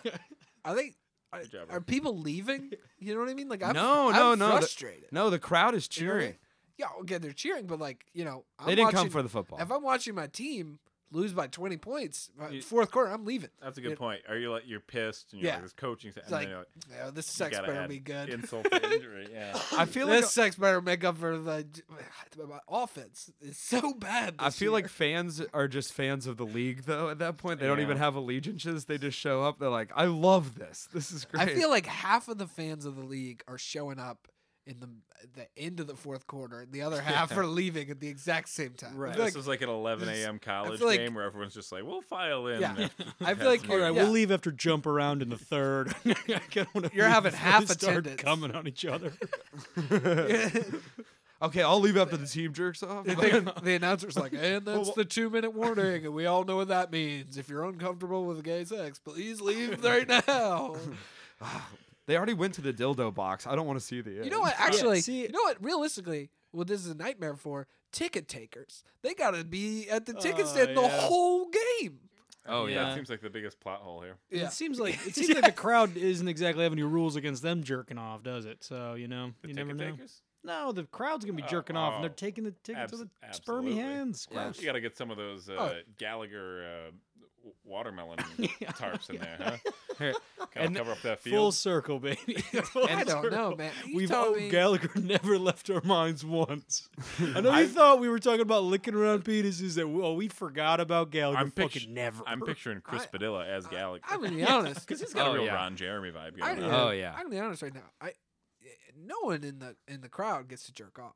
Speaker 4: Are they? Are,
Speaker 2: job,
Speaker 4: are
Speaker 2: Rick.
Speaker 4: people leaving? You know what I mean? Like I'm
Speaker 1: no,
Speaker 4: I'm
Speaker 1: no, no. the-
Speaker 4: frustrated.
Speaker 1: no, the crowd is
Speaker 4: You know what I
Speaker 1: cheering.
Speaker 4: mean? Yeah, okay, they're cheering, but like you know, I'm
Speaker 1: They didn't
Speaker 4: watching,
Speaker 1: come for the football.
Speaker 4: If I'm watching my team lose by 20 points, by
Speaker 2: You-
Speaker 4: fourth quarter, I'm leaving.
Speaker 2: That's a good
Speaker 4: It-
Speaker 2: point. Are you like you're pissed and you're
Speaker 4: Yeah.
Speaker 2: like this coaching staff?
Speaker 4: It's
Speaker 2: And then
Speaker 4: like,
Speaker 2: you're like,
Speaker 4: "Oh, this
Speaker 2: you
Speaker 4: sex
Speaker 2: gotta
Speaker 4: better
Speaker 2: add
Speaker 4: be good. [laughs]
Speaker 2: Insult to injury. [laughs] Yeah.
Speaker 1: I feel like
Speaker 4: this sex better make up for the [sighs] my offense. It's so bad.
Speaker 1: I
Speaker 4: this
Speaker 1: feel like
Speaker 4: year.
Speaker 1: fans are just fans of the league though. At that point, they don't
Speaker 2: Yeah.
Speaker 1: even have allegiances. They just show up. They're like, I love this. This is
Speaker 2: [laughs]
Speaker 1: great.
Speaker 4: [laughs] I feel like half of the fans of the league are showing up in the the end of the fourth quarter, and
Speaker 2: [laughs]
Speaker 4: the other half are leaving at the exact same time. I
Speaker 3: Right.
Speaker 4: feel
Speaker 2: this
Speaker 4: like,
Speaker 2: is like an 11
Speaker 4: this is-
Speaker 2: a.m. college
Speaker 4: feel like-
Speaker 2: game where everyone's just like, we'll file in.
Speaker 4: Yeah.
Speaker 2: after
Speaker 4: I
Speaker 2: we've
Speaker 4: feel
Speaker 2: had
Speaker 4: like
Speaker 2: some
Speaker 4: you're-
Speaker 3: All right,
Speaker 4: Yeah.
Speaker 3: we'll leave after jump around in the third. [laughs] I don't wanna
Speaker 4: You're
Speaker 3: leave [laughs] before
Speaker 4: having
Speaker 3: they
Speaker 4: half
Speaker 3: start
Speaker 4: attendance.
Speaker 3: coming on each other.
Speaker 4: [laughs]
Speaker 1: okay, I'll leave after the team jerks off.
Speaker 4: the, thing-
Speaker 2: [laughs]
Speaker 4: the announcer's like, and that's the two minute warning, and we all know what that means. If you're uncomfortable with gay sex,
Speaker 2: [laughs]
Speaker 4: please leave right now. [laughs]
Speaker 1: they already went to the dildo box. I don't want to see the.
Speaker 4: You know what? Actually,
Speaker 3: see-
Speaker 4: you know what? Realistically, what this is a nightmare for ticket takers. They gotta be at the ticket
Speaker 3: Oh,
Speaker 4: stand the
Speaker 3: yeah.
Speaker 4: whole game.
Speaker 1: Oh
Speaker 2: Yeah.
Speaker 3: Yeah.
Speaker 2: That seems like the biggest plot hole here.
Speaker 4: [laughs] Yeah.
Speaker 3: It [laughs] seems like
Speaker 4: [laughs]
Speaker 3: it seems like the crowd isn't exactly having any rules against them jerking off, does it? So you know,
Speaker 2: The
Speaker 3: you never
Speaker 2: ticket
Speaker 3: know.
Speaker 2: takers?
Speaker 3: No, the crowd's gonna be
Speaker 2: Oh,
Speaker 3: jerking off, and they're
Speaker 2: oh.
Speaker 3: taking the tickets
Speaker 2: Abs-
Speaker 3: with the spermy
Speaker 2: absolutely.
Speaker 3: hands.
Speaker 1: Yeah.
Speaker 3: Gross.
Speaker 2: You got to get some of those uh,
Speaker 4: Oh.
Speaker 2: Gallagher uh, w- watermelon tarps in there, huh?
Speaker 3: Here.
Speaker 2: Kind
Speaker 3: And
Speaker 2: cover up that
Speaker 3: Full
Speaker 2: field.
Speaker 3: circle, baby. [laughs]
Speaker 4: I don't know, man. You
Speaker 3: We've
Speaker 4: told
Speaker 3: all,
Speaker 4: me-
Speaker 3: Gallagher [laughs] never left our minds once. I know you thought we were talking about licking around penises. That oh, we forgot about Gallagher.
Speaker 2: I'm
Speaker 3: fucking
Speaker 2: pictu-
Speaker 3: never.
Speaker 2: I'm picturing Chris Padilla as Gallagher.
Speaker 4: I'm
Speaker 2: [laughs]
Speaker 4: gonna be honest.
Speaker 2: because he's got
Speaker 1: Oh,
Speaker 2: a real
Speaker 1: yeah.
Speaker 2: Ron Jeremy vibe
Speaker 4: I,
Speaker 2: going on.
Speaker 1: Oh, yeah.
Speaker 4: I'm gonna be honest right now. I no one in the in the crowd gets to jerk off.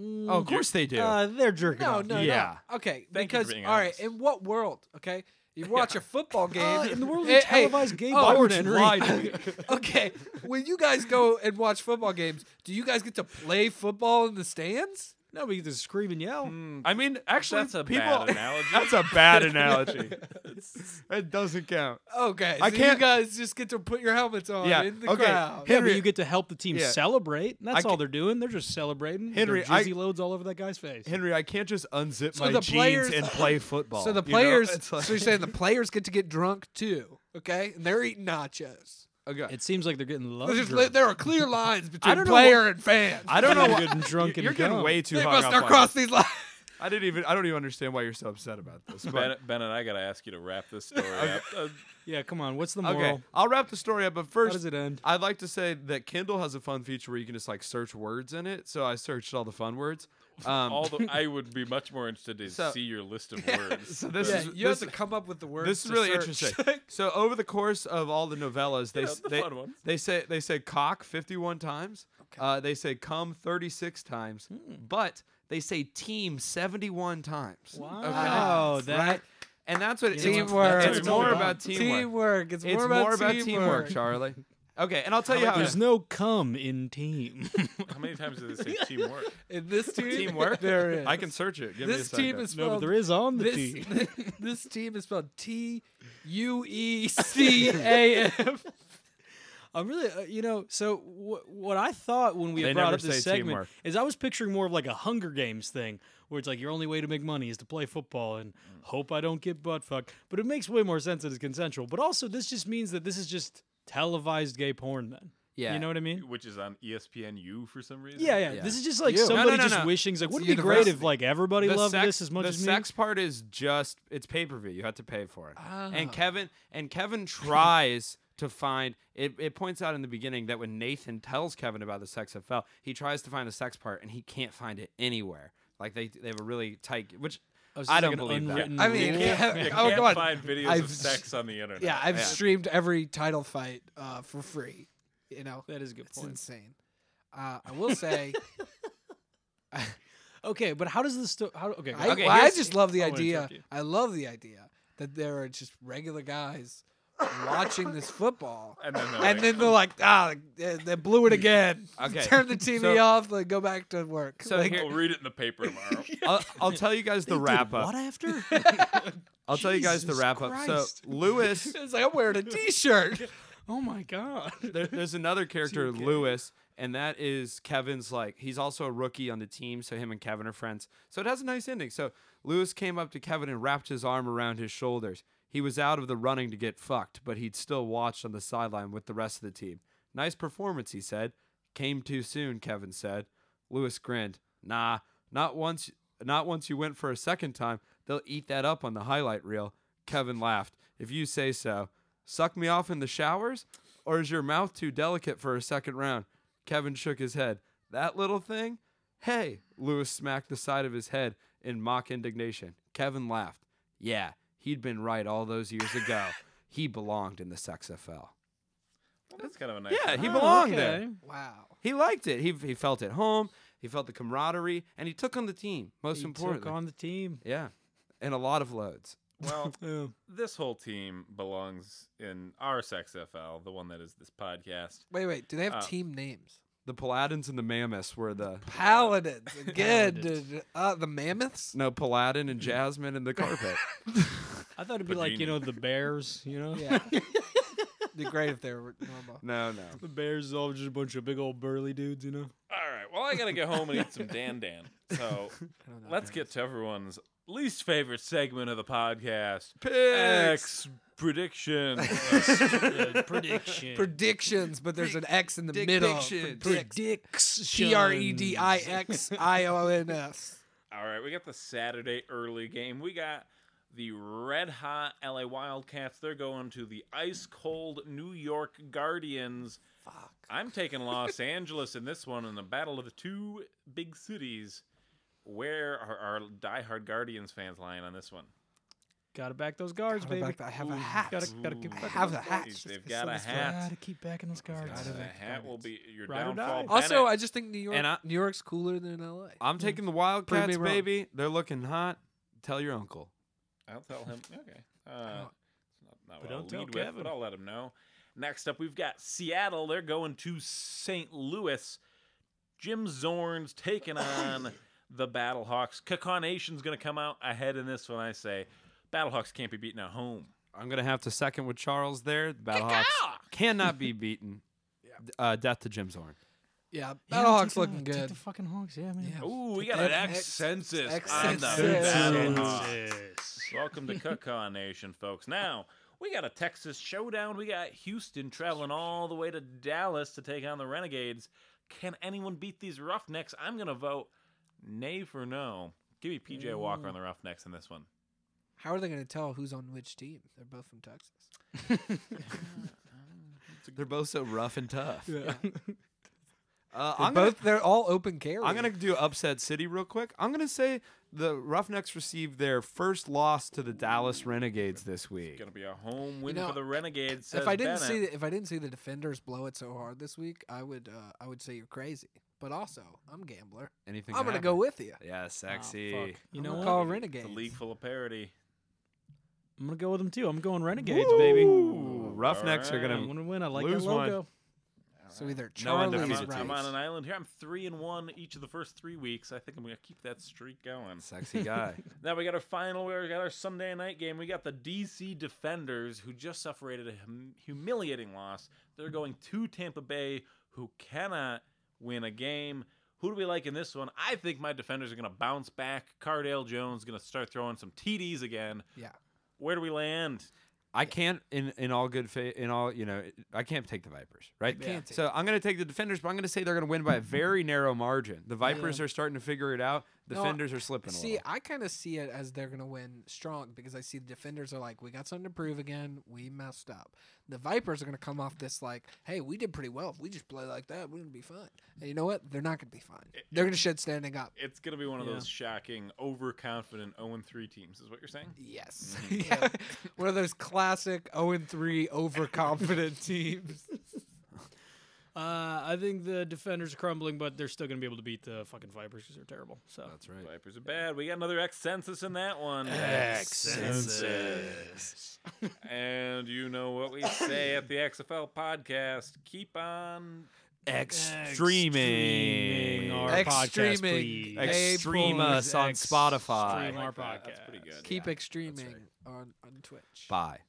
Speaker 1: Oh, of course they do.
Speaker 3: Uh, they're jerking
Speaker 4: No,
Speaker 3: off.
Speaker 4: no,
Speaker 1: Yeah.
Speaker 4: no. Okay,
Speaker 2: Thank you for
Speaker 4: because
Speaker 2: being
Speaker 4: all right,
Speaker 2: honest.
Speaker 4: in what world? Okay, you watch a football game
Speaker 3: Uh, in the world
Speaker 4: Hey,
Speaker 3: of
Speaker 4: hey,
Speaker 3: televised gay
Speaker 4: oh,
Speaker 3: porn,
Speaker 1: it's
Speaker 3: Henry. [laughs]
Speaker 1: lied.
Speaker 4: okay, when you guys go and watch football games, do you guys get to play football in the stands?
Speaker 3: no, we get to scream and yell.
Speaker 1: I mean, actually,
Speaker 2: That's a
Speaker 1: people,
Speaker 3: [laughs]
Speaker 2: bad analogy.
Speaker 1: [laughs] that's a
Speaker 2: [laughs]
Speaker 1: bad analogy. it doesn't count.
Speaker 4: Okay,
Speaker 1: I
Speaker 4: so
Speaker 1: can't-
Speaker 4: you guys just get to put your helmets on
Speaker 1: Yeah,
Speaker 4: in the
Speaker 1: okay.
Speaker 4: crowd.
Speaker 3: Yeah, but
Speaker 1: Henry-
Speaker 3: you get to help the team
Speaker 1: Yeah.
Speaker 3: celebrate. That's
Speaker 1: I ca-
Speaker 3: all they're doing. They're just celebrating.
Speaker 1: Henry,
Speaker 3: Their
Speaker 1: I-
Speaker 3: jizzy loads all over that guy's face.
Speaker 1: Henry, I can't just unzip
Speaker 4: So
Speaker 1: my
Speaker 4: the
Speaker 1: jeans
Speaker 4: players-
Speaker 1: and play football.
Speaker 4: So the
Speaker 1: you know?
Speaker 4: players,
Speaker 1: It's like-
Speaker 4: so you're saying the players get to get drunk too? Okay, and they're eating nachos.
Speaker 1: okay.
Speaker 3: It seems like they're getting love.
Speaker 4: There's just-
Speaker 3: drunk.
Speaker 4: there are clear lines between
Speaker 1: don't know
Speaker 4: player and fan.
Speaker 1: I don't know.
Speaker 3: They're
Speaker 1: why-
Speaker 3: getting drunk
Speaker 1: you- [laughs]
Speaker 3: and
Speaker 1: You're getting
Speaker 3: gone.
Speaker 1: way too
Speaker 4: they
Speaker 1: hung
Speaker 4: must
Speaker 1: up
Speaker 4: not
Speaker 1: on
Speaker 4: cross
Speaker 1: this.
Speaker 4: these lines.
Speaker 1: I didn't even. I don't even understand why you're so upset about this. but-
Speaker 2: Ben, ben and I got to ask you to wrap this story up. Uh,
Speaker 3: Yeah, come on. What's the moral?
Speaker 1: Okay, I'll wrap the story up, but first,
Speaker 3: does it end?
Speaker 1: I'd like to say that Kindle has a fun feature where you can just like search words in it. So I searched all the fun words. Um,
Speaker 2: all the, I would be much more interested to
Speaker 1: So-
Speaker 2: see your list of words.
Speaker 1: so this
Speaker 4: Yeah,
Speaker 1: is
Speaker 4: you
Speaker 1: this,
Speaker 4: have to come up with the words.
Speaker 1: this is
Speaker 4: to
Speaker 1: really
Speaker 4: search.
Speaker 1: [laughs]
Speaker 4: [laughs]
Speaker 1: interesting. so over the course of all the novellas, they
Speaker 2: Yeah,
Speaker 1: s-
Speaker 2: the
Speaker 1: they,
Speaker 2: fun ones.
Speaker 1: they say they say cock fifty one times. Uh, they say come thirty six times, but they say team seventy one times.
Speaker 3: Wow,
Speaker 4: That's
Speaker 3: that
Speaker 4: right.
Speaker 1: And that's what it- it's-
Speaker 4: Teamwork.
Speaker 1: It's,
Speaker 2: That's what
Speaker 1: more
Speaker 2: it's
Speaker 1: about teamwork.
Speaker 4: Teamwork. It's,
Speaker 1: It's
Speaker 4: more about teamwork.
Speaker 1: Charlie. Okay, and I'll tell you how.
Speaker 3: there's no cum in team. [laughs]
Speaker 2: How many times did they say teamwork?
Speaker 4: In [laughs] this team,
Speaker 1: Teamwork?
Speaker 4: There is.
Speaker 1: I can search it. Give me a
Speaker 4: This
Speaker 1: second.
Speaker 4: team is
Speaker 3: no, but
Speaker 4: spelled.
Speaker 3: there is on the
Speaker 4: this,
Speaker 3: [laughs] team.
Speaker 4: [laughs] this team is spelled T U E
Speaker 3: [laughs]
Speaker 4: C A F.
Speaker 3: I'm really, uh, you know, so wh- what I thought when we
Speaker 1: They
Speaker 3: had brought
Speaker 1: never
Speaker 3: up this
Speaker 1: say
Speaker 3: segment
Speaker 1: teamwork.
Speaker 3: is I was picturing more of like a Hunger Games thing where it's like your only way to make money is to play football and hope I don't get butt fucked. But it makes way more sense that it's consensual. But also, this just means that this is just televised gay porn then.
Speaker 1: Yeah.
Speaker 3: You know what I mean?
Speaker 2: Which is on E ESPNU for some reason.
Speaker 3: Yeah, yeah.
Speaker 1: Yeah.
Speaker 3: This is just like
Speaker 4: You. No, no,
Speaker 3: somebody
Speaker 1: no,
Speaker 3: just
Speaker 1: no.
Speaker 3: wishing. It's like,
Speaker 4: It's
Speaker 3: wouldn't it be great if
Speaker 4: university.
Speaker 3: like everybody loved this as much
Speaker 1: the
Speaker 3: as me?
Speaker 1: sex part is just it's pay per view. You have to pay for it.
Speaker 4: Ah.
Speaker 1: And Kevin and Kevin tries to find it, it points out in the beginning that when Nathan tells Kevin about the sex FL, he tries to find the sex part and he can't find it anywhere. Like they they have a really tight which
Speaker 3: was
Speaker 1: I
Speaker 3: just
Speaker 1: don't
Speaker 3: Oh, like an
Speaker 1: believe that.
Speaker 3: unwritten
Speaker 4: I mean,
Speaker 3: rule.
Speaker 4: yeah,
Speaker 2: You
Speaker 4: oh,
Speaker 2: can't
Speaker 4: come on.
Speaker 2: find videos
Speaker 4: I've
Speaker 2: of sex on the internet.
Speaker 4: Yeah, I've
Speaker 1: Yeah.
Speaker 4: streamed every title fight uh, for free. You know,
Speaker 3: that is a good
Speaker 4: it's
Speaker 3: point.
Speaker 4: insane. Uh, I will say,
Speaker 3: Okay, but how does this? Sto- how, okay,
Speaker 4: I,
Speaker 1: Okay,
Speaker 4: well, I
Speaker 1: here's-
Speaker 4: just love the
Speaker 3: I wanna
Speaker 4: idea.
Speaker 3: interrupt you.
Speaker 4: I love the idea that there are just regular guys watching this football,
Speaker 2: And then they're
Speaker 4: and
Speaker 2: like,
Speaker 4: then they're like, ah, they, they blew it again.
Speaker 1: Okay.
Speaker 4: [laughs] turn the TV
Speaker 1: So-
Speaker 4: off, like go back to work.
Speaker 1: So
Speaker 4: like,
Speaker 1: here-
Speaker 2: We'll read it in the paper tomorrow.
Speaker 1: I'll, I'll tell you guys the wrap up.
Speaker 3: What after?
Speaker 1: I'll tell you guys the
Speaker 3: Jesus
Speaker 1: wrap up.
Speaker 3: Christ.
Speaker 1: So Lewis
Speaker 4: it's like I'm wearing a T-shirt.
Speaker 3: oh my god.
Speaker 1: [laughs] there, there's another character, Lewis, and that is Kevin's like he's also a rookie on the team, so him and Kevin are friends. So it has a nice ending. So Lewis came up to Kevin and wrapped his arm around his shoulders. He was out of the running to get fucked, but he'd still watched on the sideline with the rest of the team. Nice performance, he said. Came too soon, Kevin said. Lewis grinned. Nah, not once not once you went for a second time, They'll eat that up on the highlight reel. Kevin laughed. If you say so. Suck me off in the showers? Or is your mouth too delicate for a second round? Kevin shook his head. That little thing? Hey! Lewis smacked the side of his head in mock indignation. Kevin laughed. Yeah, he'd been right all those years
Speaker 3: [laughs]
Speaker 1: ago. he belonged in the XFL.
Speaker 2: that's kind of a nice.
Speaker 1: Yeah, he
Speaker 3: Oh,
Speaker 1: belonged
Speaker 3: okay.
Speaker 1: there.
Speaker 4: Wow.
Speaker 1: He liked it. He, he felt at home. He felt the camaraderie, and he took on the team. Most
Speaker 3: He
Speaker 1: importantly,
Speaker 3: took on the team.
Speaker 1: yeah, and a lot of loads. [laughs]
Speaker 2: Well,
Speaker 3: Yeah.
Speaker 2: this whole team belongs in our XFL, the one that is this podcast.
Speaker 4: Wait, wait. Do they have
Speaker 2: Uh,
Speaker 4: team names?
Speaker 1: The Paladins and the Mammoths were the
Speaker 4: Paladins again.
Speaker 3: Paladins.
Speaker 4: dude. Uh,
Speaker 1: [laughs]
Speaker 4: the mammoths.
Speaker 1: no Paladin
Speaker 3: [laughs]
Speaker 1: and Jasmine and the carpet.
Speaker 3: I thought it'd be like you
Speaker 2: Pagini.
Speaker 3: know the Bears. You know,
Speaker 4: Yeah. Be great if they were normal.
Speaker 1: no, no.
Speaker 3: [laughs] the Bears is all just a bunch of big old burly dudes.
Speaker 1: [laughs]
Speaker 3: You know.
Speaker 2: All right. Well, I gotta go home and eat some Dan [laughs] Dan. So let's get to everyone's least favorite segment of the podcast. X prediction.
Speaker 1: [laughs]
Speaker 3: prediction.
Speaker 4: Predictions, but there's an X in the middle.
Speaker 1: Prediction.
Speaker 4: Predicts. P R E D I [laughs] X I O N S.
Speaker 2: All right, we got the Saturday early game. We got the red hot LA Wildcats. They're going to the ice cold New York Guardians. Fuck. I'm taking Los Angeles in this one in the battle of the two big cities. Where are our diehard Guardians fans lying on this one?
Speaker 3: Gotta back those guards,
Speaker 4: Gotta
Speaker 3: baby.
Speaker 4: back the- I have a hat.
Speaker 3: Gotta, gotta keep
Speaker 2: Ooh.
Speaker 3: back
Speaker 4: have
Speaker 3: those
Speaker 4: the hat.
Speaker 3: guards.
Speaker 2: They've got a
Speaker 3: Gotta
Speaker 2: hat.
Speaker 3: keep backing those guards.
Speaker 2: The hat will be your
Speaker 3: Ride or
Speaker 2: downfall.
Speaker 3: die.
Speaker 4: Also, I
Speaker 2: Bennett.
Speaker 4: just think New York,
Speaker 1: And I-
Speaker 4: New York's cooler than L.A.
Speaker 1: I'm taking the Wildcats,
Speaker 4: wrong.
Speaker 1: baby. They're looking hot. Tell your uncle.
Speaker 2: I'll tell him. Okay. Uh, it's not, not what
Speaker 3: don't
Speaker 2: I'll
Speaker 3: tell
Speaker 2: lead with,
Speaker 3: Kevin.
Speaker 2: but I'll let him know. Next up, we've got Seattle. They're going to St. Louis. Jim Zorn's taking
Speaker 3: [coughs]
Speaker 2: on the Battlehawks. Caconation's going to come out ahead in this one, I say. Battlehawks can't be beaten at home.
Speaker 1: I'm gonna have to second with Charles there. The Battlehawks cannot
Speaker 4: [laughs]
Speaker 1: be beaten. Uh, death to Jim Zorn.
Speaker 4: Mm, Yeah,
Speaker 3: Yeah,
Speaker 4: Battlehawks
Speaker 3: take the-
Speaker 4: looking
Speaker 3: Take
Speaker 4: good.
Speaker 3: the fucking Hawks, yeah, man.
Speaker 4: Yeah.
Speaker 2: Ooh, we got an
Speaker 4: Ex-
Speaker 2: X census
Speaker 4: Ex-
Speaker 2: on the
Speaker 4: Census.
Speaker 2: Battlehawks. Welcome to Cuckoo Nation, folks. Now, we got a Texas showdown. We got Houston traveling all the way to Dallas to take on the Renegades. Can anyone beat these Roughnecks? I'm going to vote nay for no. Give me PJ Walker on the Roughnecks in this one.
Speaker 4: How are they going to tell who's on which team? They're both from Texas.
Speaker 1: They're both so rough and tough.
Speaker 4: [laughs]
Speaker 1: Uh,
Speaker 4: They're
Speaker 1: I'm gonna-
Speaker 4: both they're all open carry.
Speaker 1: I'm gonna do upset city real quick. I'm gonna say the Roughnecks received their first loss to the Dallas Renegades this week.
Speaker 2: Going to be a home win
Speaker 4: know,
Speaker 2: for the Renegades.
Speaker 4: If
Speaker 2: says
Speaker 4: I didn't see
Speaker 2: Bennett.
Speaker 4: the, if I didn't see the defenders blow it so hard this week, I would uh, I would say you're crazy. But also, I'm a gambler.
Speaker 1: Anything?
Speaker 4: I'm gonna go with Oh, you.
Speaker 1: Yeah, sexy.
Speaker 3: You
Speaker 4: I'm
Speaker 3: know
Speaker 4: gonna
Speaker 3: what?
Speaker 4: call
Speaker 2: It's
Speaker 4: Renegades.
Speaker 2: a league full of parity.
Speaker 3: I'm gonna go with them too. I'm going Renegades, baby.
Speaker 1: Ooh, Roughnecks are
Speaker 3: I'm
Speaker 1: gonna.
Speaker 3: gonna win. I like
Speaker 1: Lose
Speaker 3: that
Speaker 1: one.
Speaker 3: logo.
Speaker 4: So either
Speaker 1: No
Speaker 4: Charlie's
Speaker 1: undefeated
Speaker 2: I'm
Speaker 1: Easy
Speaker 2: on,
Speaker 4: right.
Speaker 2: I'm on
Speaker 1: teams.
Speaker 2: an island here. I'm three and one each of the first three weeks. I think I'm going to keep that streak
Speaker 1: [laughs]
Speaker 2: going.
Speaker 1: Sexy
Speaker 4: [laughs]
Speaker 1: guy.
Speaker 2: Now we got our final. We got our Sunday night game. We got the DC Defenders, who just suffered a hum- humiliating loss. They're going to Tampa Bay, who cannot win a game. Who do we like in this one? I think my defenders are going to bounce back. Cardale Jones going to start throwing some TDs again.
Speaker 4: Yeah.
Speaker 2: Where do we land?
Speaker 1: I can't in in all good faith in all you know I can't take the Vipers right.
Speaker 4: can't take
Speaker 1: so I'm gonna take the Defenders, but I'm gonna say they're gonna win by
Speaker 4: [laughs]
Speaker 1: a very narrow margin. The Vipers are starting to figure it out.
Speaker 4: No,
Speaker 1: Defenders are slipping. a
Speaker 4: See,
Speaker 1: little.
Speaker 4: I kind of see it as they're going to win strong because I see the defenders are like, we got something to prove again. We messed up. The Vipers are going to come off this like, hey, we did pretty well. If we just play like that, we're going to be fine. And you know what? They're not going to be fine. They're going to shed standing up.
Speaker 2: It's going to be one of those shocking, overconfident 0 3 teams, is what you're saying?
Speaker 4: Yes. [laughs] Yeah. One of those classic 0 3 [laughs] overconfident teams.
Speaker 3: Uh, I think the defenders are crumbling, but they're still gonna be able to beat the fucking Vipers because they're terrible. So
Speaker 1: That's right.
Speaker 2: Vipers are bad. We got another X census in that one. And you know what we say at the XFL podcast. Keep on.
Speaker 1: Extreming.
Speaker 3: our podcast,
Speaker 4: Extreming.
Speaker 3: please.
Speaker 4: Ex-
Speaker 1: Extreme us on
Speaker 3: Extreme
Speaker 1: Spotify.
Speaker 3: our
Speaker 2: that.
Speaker 3: podcast.
Speaker 2: That's pretty good.
Speaker 4: Keep extreming on, on Twitch.
Speaker 1: Bye.